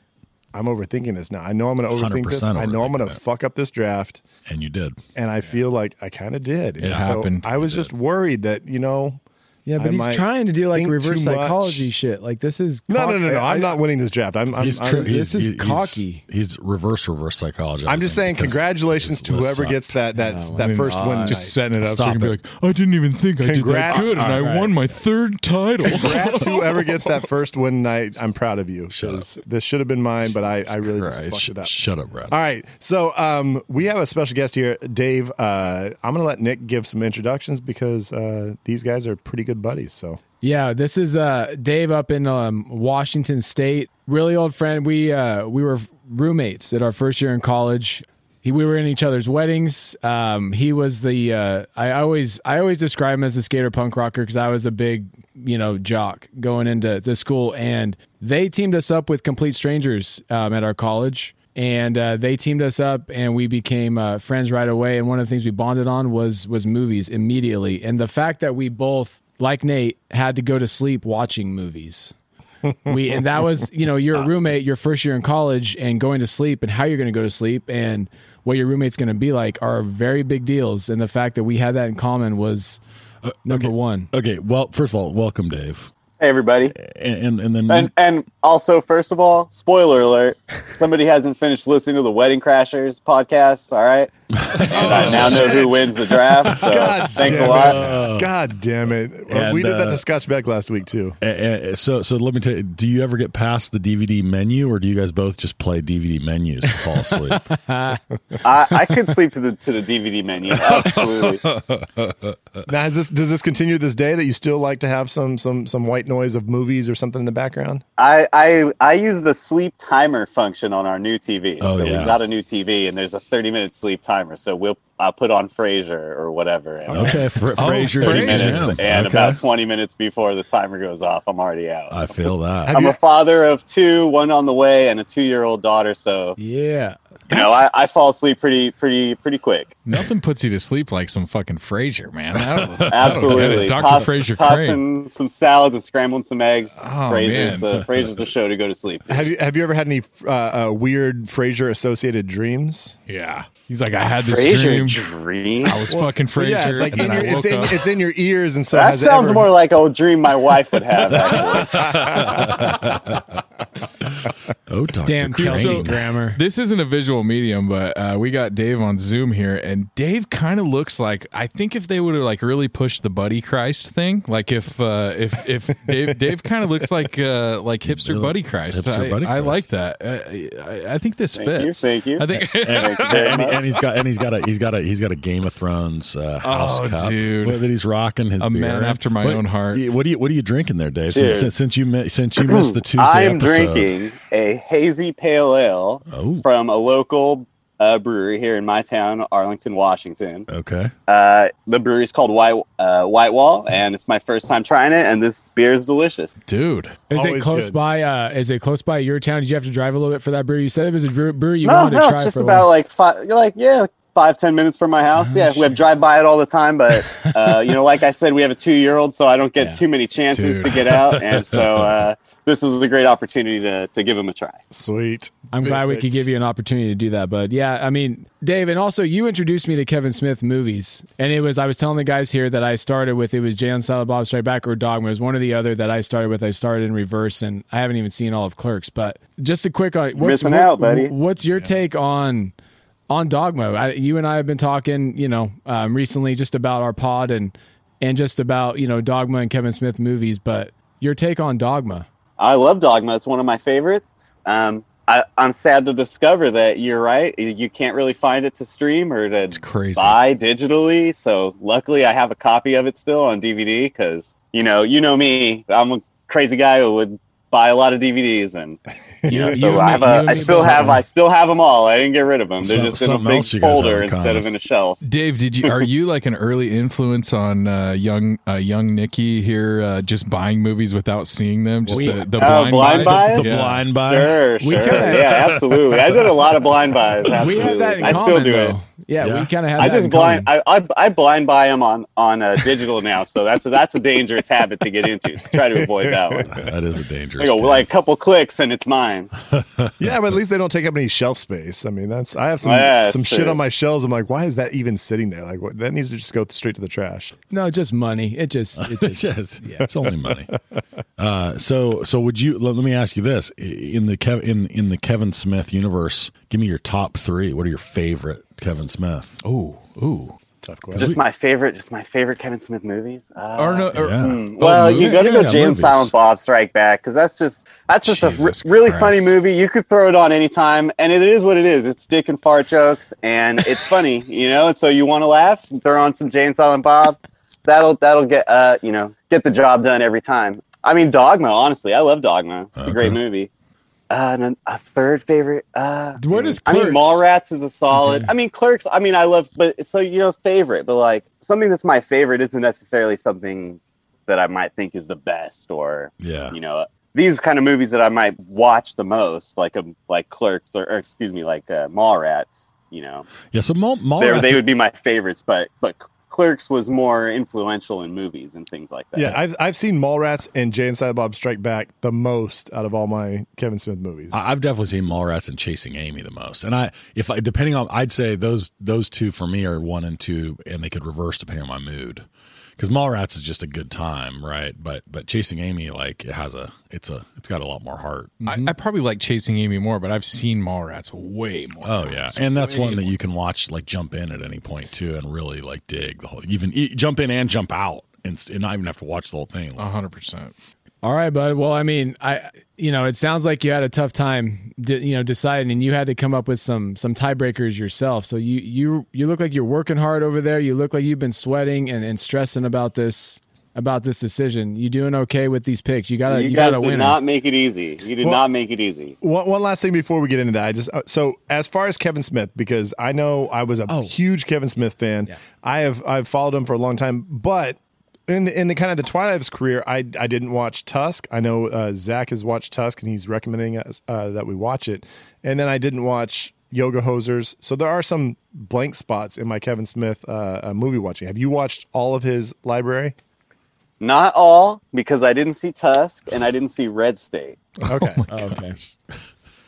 [SPEAKER 3] I'm overthinking this now. I know I'm going to overthink this.
[SPEAKER 4] 100%
[SPEAKER 3] I know I'm going
[SPEAKER 4] overthinking
[SPEAKER 3] to
[SPEAKER 4] it.
[SPEAKER 3] fuck up this draft,
[SPEAKER 4] And you did.
[SPEAKER 3] and I feel like I kind of did. It
[SPEAKER 1] happened.
[SPEAKER 3] I was
[SPEAKER 4] It
[SPEAKER 3] just worried that you know
[SPEAKER 5] Yeah, but
[SPEAKER 3] I
[SPEAKER 5] he's
[SPEAKER 3] might
[SPEAKER 5] trying to do like
[SPEAKER 3] think
[SPEAKER 5] reverse
[SPEAKER 3] too much.
[SPEAKER 5] psychology shit. Like this is
[SPEAKER 3] No, no,
[SPEAKER 5] cock-
[SPEAKER 3] no, no.
[SPEAKER 5] I-
[SPEAKER 3] I'm not winning this draft. I'm, I'm,
[SPEAKER 4] He's,
[SPEAKER 3] I'm-
[SPEAKER 4] tri- he's
[SPEAKER 5] this is
[SPEAKER 4] he's- he's-
[SPEAKER 5] cocky.
[SPEAKER 4] He's, reverse reverse psychology.
[SPEAKER 3] I'm just saying, congratulations to whoever gets that that that first
[SPEAKER 5] uh,
[SPEAKER 3] win.
[SPEAKER 1] Just
[SPEAKER 3] Just
[SPEAKER 1] setting it up. so
[SPEAKER 4] Stop
[SPEAKER 1] you can be
[SPEAKER 4] it.
[SPEAKER 1] like, I didn't even think I
[SPEAKER 3] Congrats.
[SPEAKER 1] did that good, and I
[SPEAKER 3] All right.
[SPEAKER 1] won my third title.
[SPEAKER 3] congrats whoever gets that first win night. I'm proud of you. 'cause This should have been mine, but I, I really just fucked it up.
[SPEAKER 4] Shut up, Brad.
[SPEAKER 3] All right, so um, we have a special guest here, Dave. Uh, I'm gonna let Nick give some introductions because uh, these guys are pretty good buddies. So
[SPEAKER 5] Yeah, this is uh, Dave up in um, Washington State. Really old friend. We uh, we were roommates at our first year in college. He, we were in each other's weddings. Um, he was the uh, I always I always describe him as the skater punk rocker because I was a big you know jock going into the school, and they teamed us up with complete strangers um, at our college. And uh, they teamed us up, and we became uh, friends right away. And one of the things we bonded on was was movies immediately. And the fact that we both like Nate, had to go to sleep watching movies. We and that was, you know, your roommate, your first year in college, and going to sleep and how you're going to go to sleep and what your roommate's going to be like are very big deals. And the fact that we had that in common was uh, number one.
[SPEAKER 4] Okay. Well, first of all, welcome, Dave.
[SPEAKER 7] Hey everybody.
[SPEAKER 4] And and, and then
[SPEAKER 7] And and also first of all, spoiler alert, somebody hasn't finished listening to the Wedding Crashers podcast, all right? And I now know who wins the draft. So
[SPEAKER 3] God
[SPEAKER 7] Uh, thanks
[SPEAKER 3] damn
[SPEAKER 7] a
[SPEAKER 3] it.
[SPEAKER 7] lot.
[SPEAKER 3] God damn it,
[SPEAKER 4] And,
[SPEAKER 3] we did that to
[SPEAKER 4] uh,
[SPEAKER 3] Scotchback last week too.
[SPEAKER 4] Uh, uh, so so let me tell you. Do you ever get past the DVD menu, or do you guys both just play DVD menus and fall asleep?
[SPEAKER 7] I, I could sleep to the to the DVD menu. Absolutely.
[SPEAKER 4] uh,
[SPEAKER 3] Now, has this does this continue to this day that you still like to have some some some white noise of movies or something in the background?
[SPEAKER 7] I, I I use the sleep timer function on our new TV.
[SPEAKER 4] Oh,
[SPEAKER 7] so
[SPEAKER 4] yeah.
[SPEAKER 7] we got a new TV and there's a 30 minute sleep timer. So we'll I'll put on Frasier or whatever. And
[SPEAKER 4] okay, Fra-
[SPEAKER 3] Oh,
[SPEAKER 4] Frasier.
[SPEAKER 7] Thirty
[SPEAKER 4] Frasier.
[SPEAKER 7] minutes,
[SPEAKER 4] Yeah,
[SPEAKER 7] and
[SPEAKER 4] Oh, okay.
[SPEAKER 7] about twenty minutes before the timer goes off, I'm already out.
[SPEAKER 4] I feel that.
[SPEAKER 3] Have
[SPEAKER 7] I'm
[SPEAKER 3] you-
[SPEAKER 7] a father of two, one on the way, and a two-year-old daughter. So
[SPEAKER 5] Yeah.
[SPEAKER 7] you know, I, I fall asleep pretty, pretty, pretty quick.
[SPEAKER 1] Nothing puts you to sleep like some fucking Frasier, man. I don't- I don't get it.
[SPEAKER 7] Absolutely,
[SPEAKER 1] Dr.
[SPEAKER 7] Toss-
[SPEAKER 1] Fraser Crane.
[SPEAKER 7] tossing some salads and scrambling some eggs.
[SPEAKER 1] Oh,
[SPEAKER 7] Fraser's
[SPEAKER 1] man.
[SPEAKER 7] the Fraser's the show to go to sleep. to.
[SPEAKER 3] Have you have you ever had any uh, uh, weird Frasier associated dreams?
[SPEAKER 1] Yeah. He's like, I had this dream.
[SPEAKER 7] Frasier dream.
[SPEAKER 1] I was fucking Frasier.
[SPEAKER 3] Well, yeah, it's like
[SPEAKER 1] and
[SPEAKER 3] in
[SPEAKER 1] then
[SPEAKER 3] your,
[SPEAKER 1] I
[SPEAKER 3] it's
[SPEAKER 1] woke
[SPEAKER 3] in
[SPEAKER 1] up.
[SPEAKER 3] it's in your ears, and so
[SPEAKER 7] That
[SPEAKER 3] has it
[SPEAKER 7] sounds
[SPEAKER 3] ever-
[SPEAKER 7] more like a dream my wife would have. Actually.
[SPEAKER 4] Oh, Dr.
[SPEAKER 5] Damn Kelsey
[SPEAKER 4] Crane.
[SPEAKER 5] grammar.
[SPEAKER 1] This isn't a visual medium, but uh, we got Dave on Zoom here, and Dave kind of looks like I think if they would have like really pushed the Buddy Christ thing, like if uh, if if Dave Dave kind of looks like uh, like hipster Buddy Christ.
[SPEAKER 4] Hipster
[SPEAKER 1] I,
[SPEAKER 4] Buddy
[SPEAKER 1] I
[SPEAKER 4] Christ.
[SPEAKER 1] like that. I, I, I think this
[SPEAKER 7] Thank you,
[SPEAKER 1] fits.
[SPEAKER 7] thank you.
[SPEAKER 1] I think.
[SPEAKER 7] Thank you very
[SPEAKER 4] and,
[SPEAKER 7] much.
[SPEAKER 4] and he's got and he's got a he's got a he's got a Game of Thrones uh, house
[SPEAKER 1] Oh,
[SPEAKER 4] cup
[SPEAKER 1] dude.
[SPEAKER 4] that he's rocking his
[SPEAKER 1] A
[SPEAKER 4] beer.
[SPEAKER 1] man
[SPEAKER 4] in.
[SPEAKER 1] after my
[SPEAKER 4] What-
[SPEAKER 1] own heart.
[SPEAKER 4] What do you what are you drinking there, Dave? Since,
[SPEAKER 7] Cheers.
[SPEAKER 4] since, since you mi- since you missed the Tuesday
[SPEAKER 7] I'm
[SPEAKER 4] episode,
[SPEAKER 7] drinking a hazy pale ale
[SPEAKER 4] Oh.
[SPEAKER 7] from a local uh, brewery here in my town, Arlington, Washington.
[SPEAKER 4] Okay,
[SPEAKER 7] Uh, the brewery is called White uh, White Wall, and it's my first time trying it, and this beer is delicious.
[SPEAKER 1] Dude,
[SPEAKER 5] Is it
[SPEAKER 3] Always
[SPEAKER 5] close
[SPEAKER 3] good.
[SPEAKER 5] by uh is it close by your town? Did you have to drive a little bit for that brew? You said it was a brew, brew you
[SPEAKER 7] no,
[SPEAKER 5] wanted
[SPEAKER 7] no,
[SPEAKER 5] to
[SPEAKER 7] it's
[SPEAKER 5] try
[SPEAKER 7] just
[SPEAKER 5] for Oh, a
[SPEAKER 7] about
[SPEAKER 5] while.
[SPEAKER 7] like five, like yeah, five ten minutes from my house. yeah, we have drive by it all the time, but uh, you know, like I said, we have a two year old, so I don't get
[SPEAKER 5] Yeah.
[SPEAKER 7] too many chances
[SPEAKER 1] Dude.
[SPEAKER 7] to get out, and so uh, this was a great opportunity to to give him a try.
[SPEAKER 3] sweet.
[SPEAKER 5] I'm glad we
[SPEAKER 3] Perfect.
[SPEAKER 5] could give you an opportunity to do that. But yeah, I mean, Dave, and also you introduced me to Kevin Smith movies. And it was, I was telling the guys here that I started with, it was Jay and Silent Bob Strike Back or Dogma. It was one or the other that I started with. I started in reverse and I haven't even seen all of Clerks. But just a quick, on what's,
[SPEAKER 7] missing out, buddy.
[SPEAKER 5] What's your take on on Dogma? I, you and I have been talking, you know, um, recently just about our pod and, and just about, you know, Dogma and Kevin Smith movies. But your take on Dogma?
[SPEAKER 7] I love Dogma. It's one of my favorites. Um, I, I'm sad to discover that you're right. You can't really find it to stream or to
[SPEAKER 1] crazy.
[SPEAKER 7] buy digitally. So luckily, I have a copy of it still on DVD because you know, you know me. I'm a crazy guy who would buy a lot of DVDs, and you know, so I, have a, I still have I still have them all. I didn't get rid of them. They're
[SPEAKER 4] Some-
[SPEAKER 7] just in a
[SPEAKER 4] something
[SPEAKER 7] big
[SPEAKER 4] else you guys have in
[SPEAKER 7] folder instead
[SPEAKER 4] common.
[SPEAKER 7] of in a shelf.
[SPEAKER 1] Dave, did you are you like an early influence on uh, young uh, young Nikki here, uh, just buying movies without seeing them? Just
[SPEAKER 5] We-
[SPEAKER 1] the, the
[SPEAKER 7] Oh, blind buy?
[SPEAKER 4] the
[SPEAKER 1] Yeah.
[SPEAKER 4] blind buy.
[SPEAKER 7] Sure,
[SPEAKER 5] We
[SPEAKER 7] sure,
[SPEAKER 5] kinda-
[SPEAKER 7] yeah, absolutely. I did a lot of blind buys.
[SPEAKER 5] We
[SPEAKER 7] Absolutely.
[SPEAKER 5] have that in
[SPEAKER 7] I
[SPEAKER 5] common.
[SPEAKER 7] still do
[SPEAKER 5] though.
[SPEAKER 7] it.
[SPEAKER 5] Yeah,
[SPEAKER 4] Yeah.
[SPEAKER 5] we kind of have.
[SPEAKER 7] I
[SPEAKER 5] that
[SPEAKER 7] just
[SPEAKER 5] in
[SPEAKER 7] blind
[SPEAKER 5] common.
[SPEAKER 7] I, I, I blind buy them on on uh, digital now, so that's that's a dangerous habit to get into. So try to avoid that one.
[SPEAKER 4] That is a dangerous
[SPEAKER 7] They go
[SPEAKER 4] Kev.
[SPEAKER 7] like a couple clicks and it's mine.
[SPEAKER 3] Yeah, but at least they don't take up any shelf space. I mean, that's I have some
[SPEAKER 7] Yeah, that's
[SPEAKER 3] some shit
[SPEAKER 7] true.
[SPEAKER 3] on my shelves. I'm like, why is that even sitting there? Like, what, that needs to just go straight to the trash.
[SPEAKER 5] No, just money. It just, it
[SPEAKER 4] Yes.
[SPEAKER 5] just
[SPEAKER 4] It's only money. Uh, so so would you let, let me ask you this in the Kev, in in the Kevin Smith universe, give me your top 3. What are your favorite Kevin Smith?
[SPEAKER 1] Ooh, ooh.
[SPEAKER 3] Tough question.
[SPEAKER 7] Just my favorite, just my favorite Kevin Smith movies. Uh,
[SPEAKER 1] Or no, or-
[SPEAKER 4] Yeah.
[SPEAKER 7] Mm, Well, you
[SPEAKER 4] movies?
[SPEAKER 7] got to go
[SPEAKER 4] Yeah,
[SPEAKER 7] Jay and
[SPEAKER 4] movies.
[SPEAKER 7] Silent Bob Strike Back because that's just that's just
[SPEAKER 1] Jesus
[SPEAKER 7] a r- really
[SPEAKER 1] Christ.
[SPEAKER 7] funny movie. You could throw it on anytime, and it is what it is. It's dick and fart jokes, and it's funny, you know. So you want to laugh? Throw on some Jay and Silent Bob. That'll that'll get uh you know get the job done every time. I mean Dogma, honestly, I love Dogma. It's
[SPEAKER 4] Okay.
[SPEAKER 7] a great movie. Uh, and a, a third favorite. Uh,
[SPEAKER 5] Where does
[SPEAKER 7] I mean,
[SPEAKER 5] Clerks-
[SPEAKER 7] Mallrats is a solid. I mean, Clerks. I mean, I love, but so you know, favorite. But like something that's my favorite isn't necessarily something that I might think is the best, or
[SPEAKER 4] Yeah.
[SPEAKER 7] you know, these kind of movies that I might watch the most, like um, like Clerks, or, or excuse me, like uh, Mallrats. You know,
[SPEAKER 4] Yeah, so Mall,
[SPEAKER 7] they
[SPEAKER 4] Mallrats
[SPEAKER 7] they would be my favorites, but but Clerks was more influential in movies and things like that.
[SPEAKER 3] Yeah, I've I've seen Mallrats and Jay and Silent Bob Strike Back the most out of all my Kevin Smith movies.
[SPEAKER 4] I- I've definitely seen Mallrats and Chasing Amy the most, and I, if I, depending on, I'd say those those two for me are one and two, and they could reverse depending on my mood, because Mallrats is just a good time, right? But but Chasing Amy, like it has a, it's a, it's got a lot more heart.
[SPEAKER 1] I, I probably like chasing Amy more, but I've seen Mallrats way more.
[SPEAKER 4] Oh
[SPEAKER 1] times.
[SPEAKER 4] yeah, and that's
[SPEAKER 1] Way
[SPEAKER 4] one that
[SPEAKER 1] more.
[SPEAKER 4] you can watch, like jump in at any point too, and really like dig the whole, even e- jump in and jump out, and, s- and not even have to watch the whole thing.
[SPEAKER 1] A hundred percent.
[SPEAKER 5] All right, bud. Well, I mean, I you know, it sounds like you had a tough time, de- you know, deciding, and you had to come up with some some tiebreakers yourself. So you you you look like you're working hard over there. You look like you've been sweating and, and stressing about this about this decision. You doing okay with these picks? You gotta
[SPEAKER 7] You,
[SPEAKER 5] uh, you,
[SPEAKER 7] guys
[SPEAKER 5] gotta
[SPEAKER 7] did
[SPEAKER 5] win.
[SPEAKER 7] not make it easy. You did
[SPEAKER 3] Well-
[SPEAKER 7] not make it easy.
[SPEAKER 3] One, one last thing before we get into that, I just uh, so as far as Kevin Smith, because I know I was a huge Kevin Smith fan. I have I've followed him for a long time, but in the, in the kind of the twilight of his career, I I didn't watch Tusk. I know uh, Zach has watched Tusk, and he's recommending us uh, that we watch it. And then I didn't watch Yoga Hosers, so there are some blank spots in my Kevin Smith uh, uh, movie watching. Have you watched all of his library?
[SPEAKER 7] Not all, because I didn't see Tusk and I didn't see Red State.
[SPEAKER 3] Okay,
[SPEAKER 5] Oh, okay.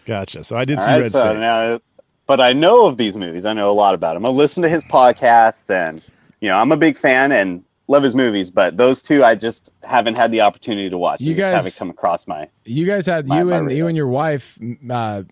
[SPEAKER 3] gotcha. So I did
[SPEAKER 7] All
[SPEAKER 3] see
[SPEAKER 7] right,
[SPEAKER 3] Red
[SPEAKER 7] so uh,
[SPEAKER 3] State.
[SPEAKER 7] now- but I know of these movies. I know a lot about them. I listen to his podcasts, and you know I'm a big fan and love his movies. But those two, I just haven't had the opportunity to watch.
[SPEAKER 5] You
[SPEAKER 7] I just
[SPEAKER 5] guys-
[SPEAKER 7] haven't come across my.
[SPEAKER 5] You guys had
[SPEAKER 7] My-
[SPEAKER 5] you
[SPEAKER 7] my
[SPEAKER 5] and you
[SPEAKER 7] radar.
[SPEAKER 5] and your wife m- uh,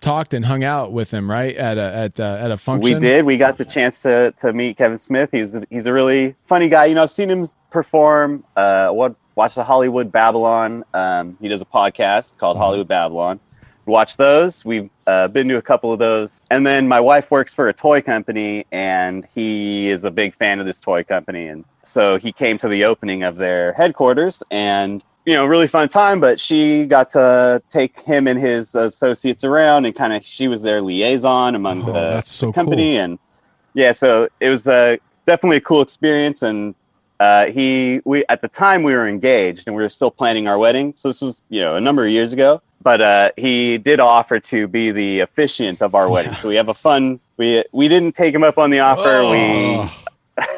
[SPEAKER 5] talked and hung out with him, right? At a at uh, at a
[SPEAKER 7] We
[SPEAKER 5] function.
[SPEAKER 7] did. We got the chance to to meet Kevin Smith. He's he's a really funny guy. You know, I've seen him perform. Uh, what watch the Hollywood Babylon. Um, he does a podcast called
[SPEAKER 1] Uh-huh.
[SPEAKER 7] Hollywood Babylon. Watch those. We've uh, been to a couple of those. And then my wife works for a toy company, and he is a big fan of this toy company. And so he came to the opening of their headquarters, and you know, really fun time. But she got to take him and his associates around, and kind of she was their liaison among
[SPEAKER 1] Oh,
[SPEAKER 7] the
[SPEAKER 1] that's so
[SPEAKER 7] company and yeah so it was uh, definitely a cool experience and uh, he we at the time we were engaged and we were still planning our wedding so this was you know a number of years ago but uh, he did offer to be the officiant of our wedding so we have a fun we we didn't take him up on the offer we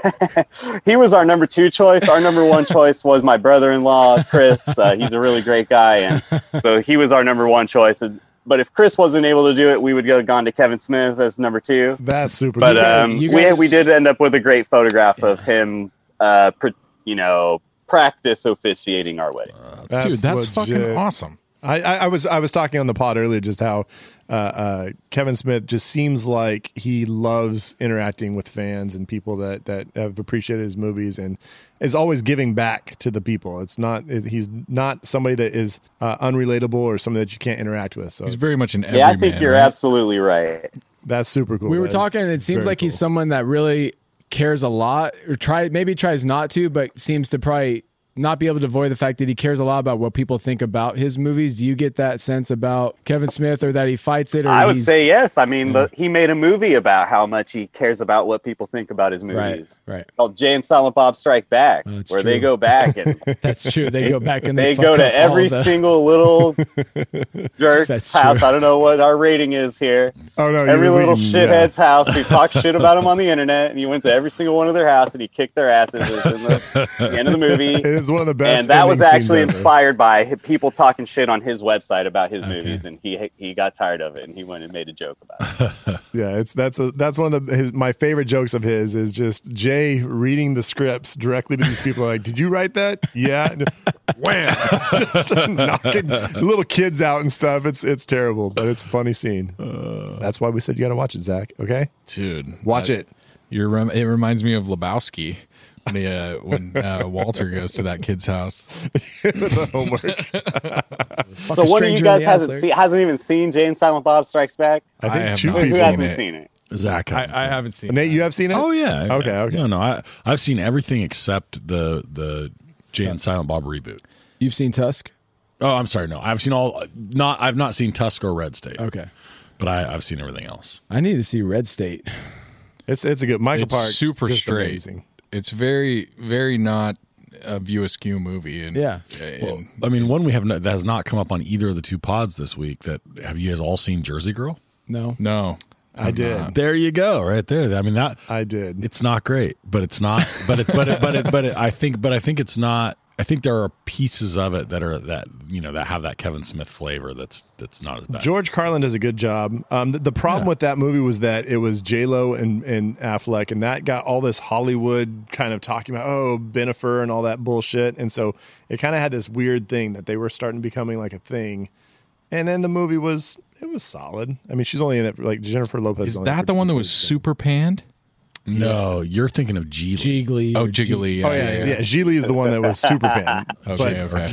[SPEAKER 7] he was our number two choice. Our number one choice was my brother-in-law, Chris. Uh, he's a really great guy, and so he was our number one choice. And- But if Chris wasn't able to do it, we would go gone to Kevin Smith as number two.
[SPEAKER 3] That's super.
[SPEAKER 7] But
[SPEAKER 3] cool.
[SPEAKER 7] um,
[SPEAKER 5] you
[SPEAKER 7] we
[SPEAKER 5] guys-
[SPEAKER 7] we did end up with a great photograph of him, uh, pr- you know, practice officiating our wedding.
[SPEAKER 5] Uh,
[SPEAKER 3] That's
[SPEAKER 1] Dude, that's fucking
[SPEAKER 3] legit.
[SPEAKER 1] awesome.
[SPEAKER 3] I, I, I was I was talking on the pod earlier just how uh, uh, Kevin Smith just seems like he loves interacting with fans and people that that have appreciated his movies and is always giving back to the people. It's not it, he's not somebody that is uh, unrelatable or somebody that you can't interact with. So
[SPEAKER 1] He's very much an
[SPEAKER 7] yeah, I
[SPEAKER 1] everyman,
[SPEAKER 7] think you're
[SPEAKER 1] right?
[SPEAKER 7] absolutely right.
[SPEAKER 3] that's super cool.
[SPEAKER 5] we were
[SPEAKER 3] That is
[SPEAKER 5] talking and it seems
[SPEAKER 3] very
[SPEAKER 5] like he's
[SPEAKER 3] cool.
[SPEAKER 5] someone that really cares a lot or try maybe tries not to but seems to probably not be able to avoid the fact that he cares a lot about what people think about his movies do you get that sense about kevin smith or that he fights it or
[SPEAKER 7] I would
[SPEAKER 5] he's-
[SPEAKER 7] say yes. I mean, the, he made a movie about how much he cares about what people think about his movies.
[SPEAKER 5] right right
[SPEAKER 7] called Jay and Silent Bob Strike Back,
[SPEAKER 5] That's
[SPEAKER 7] where they
[SPEAKER 5] true.
[SPEAKER 7] go back and
[SPEAKER 5] that's true they go back and
[SPEAKER 7] they
[SPEAKER 5] they,
[SPEAKER 7] go
[SPEAKER 5] fuck
[SPEAKER 7] to
[SPEAKER 5] up all
[SPEAKER 7] every
[SPEAKER 5] the-
[SPEAKER 7] single little jerk's
[SPEAKER 5] That's
[SPEAKER 7] house.
[SPEAKER 5] true.
[SPEAKER 7] I don't know what our rating is here.
[SPEAKER 3] Oh no,
[SPEAKER 7] Every
[SPEAKER 3] you're
[SPEAKER 7] little
[SPEAKER 3] leading-
[SPEAKER 7] shithead's house. We talked shit about him on the internet, and he went to every single one of their house and he kicked their asses. It was in the, the end of the movie.
[SPEAKER 3] It is is one of the best.
[SPEAKER 7] and that was
[SPEAKER 3] ending scenes
[SPEAKER 7] actually
[SPEAKER 3] ever.
[SPEAKER 7] inspired by hi- people talking shit on his website about his
[SPEAKER 1] Okay.
[SPEAKER 7] movies, and he he got tired of it, and he went and made a joke about it.
[SPEAKER 3] Yeah, it's that's a that's one of the his my favorite jokes of his is just Jay reading the scripts directly to these people. Like, did you write that? Yeah, And wham, just knocking little kids out and stuff. It's it's terrible, but it's a funny scene.
[SPEAKER 1] Uh.
[SPEAKER 3] that's why we said you got to watch it, Zach. Okay,
[SPEAKER 1] dude.
[SPEAKER 3] watch
[SPEAKER 1] that-
[SPEAKER 3] it.
[SPEAKER 1] You're rem- it reminds me of Lebowski when he, uh, when uh, Walter goes to that kid's house.
[SPEAKER 3] The homework.
[SPEAKER 7] So one of you
[SPEAKER 5] stranger in
[SPEAKER 7] guys
[SPEAKER 5] the ass
[SPEAKER 7] hasn't
[SPEAKER 5] there.
[SPEAKER 7] seen hasn't even seen Jane Silent Bob Strikes Back.
[SPEAKER 3] I think
[SPEAKER 1] I have
[SPEAKER 3] two
[SPEAKER 1] not
[SPEAKER 7] Who
[SPEAKER 1] seen
[SPEAKER 3] people.
[SPEAKER 7] hasn't
[SPEAKER 1] it.
[SPEAKER 7] seen it?
[SPEAKER 4] Zach,
[SPEAKER 5] I,
[SPEAKER 4] hasn't
[SPEAKER 5] I
[SPEAKER 4] seen it.
[SPEAKER 5] haven't seen.
[SPEAKER 3] Nate,
[SPEAKER 5] that.
[SPEAKER 3] you have seen it?
[SPEAKER 4] Oh yeah.
[SPEAKER 3] Okay, okay.
[SPEAKER 4] No, no. I I've seen everything except the the Jay and Silent Bob reboot.
[SPEAKER 5] You've seen Tusk?
[SPEAKER 4] Oh, I'm sorry. No, I've seen all. Not I've not seen Tusk or Red State,
[SPEAKER 5] Okay.
[SPEAKER 4] but I, I've seen everything else.
[SPEAKER 5] I need to see Red State.
[SPEAKER 3] It's it's a good Michael
[SPEAKER 1] It's
[SPEAKER 3] Park.
[SPEAKER 1] super straight. It's very very not a view askew movie. And
[SPEAKER 5] Yeah.
[SPEAKER 1] and-
[SPEAKER 4] Well, I mean, one we have not, that has not come up on either of the two pods this week. That have you guys all seen Jersey Girl? Uh,
[SPEAKER 5] No.
[SPEAKER 1] no,
[SPEAKER 3] I did.
[SPEAKER 4] There you go, right there. I mean that
[SPEAKER 3] I did.
[SPEAKER 4] it's not great, but it's not. But it, but it, but it, but it, I think, but I think it's not. I think there are pieces of it that are that you know that have that Kevin Smith flavor. That's that's not as bad.
[SPEAKER 3] George Carlin does a good job. Um, the, the problem with that movie was that it was J Lo and, and Affleck, and that got all this Hollywood kind of talking about oh Benifer and all that bullshit, and so it kind of had this weird thing that they were starting becoming like a thing, and then the movie was it was solid. I mean, she's only in it for, like Jennifer Lopez.
[SPEAKER 1] is
[SPEAKER 3] only in it
[SPEAKER 1] that
[SPEAKER 3] for
[SPEAKER 1] the
[SPEAKER 3] two
[SPEAKER 1] one that was
[SPEAKER 3] movies.
[SPEAKER 1] super panned?
[SPEAKER 4] no, you're thinking of G.
[SPEAKER 5] Jiggly.
[SPEAKER 1] Oh,
[SPEAKER 5] or
[SPEAKER 1] Jiggly.
[SPEAKER 3] Oh yeah, yeah. yeah. Gigli is the one that was super pan.
[SPEAKER 1] Okay, okay.
[SPEAKER 3] but,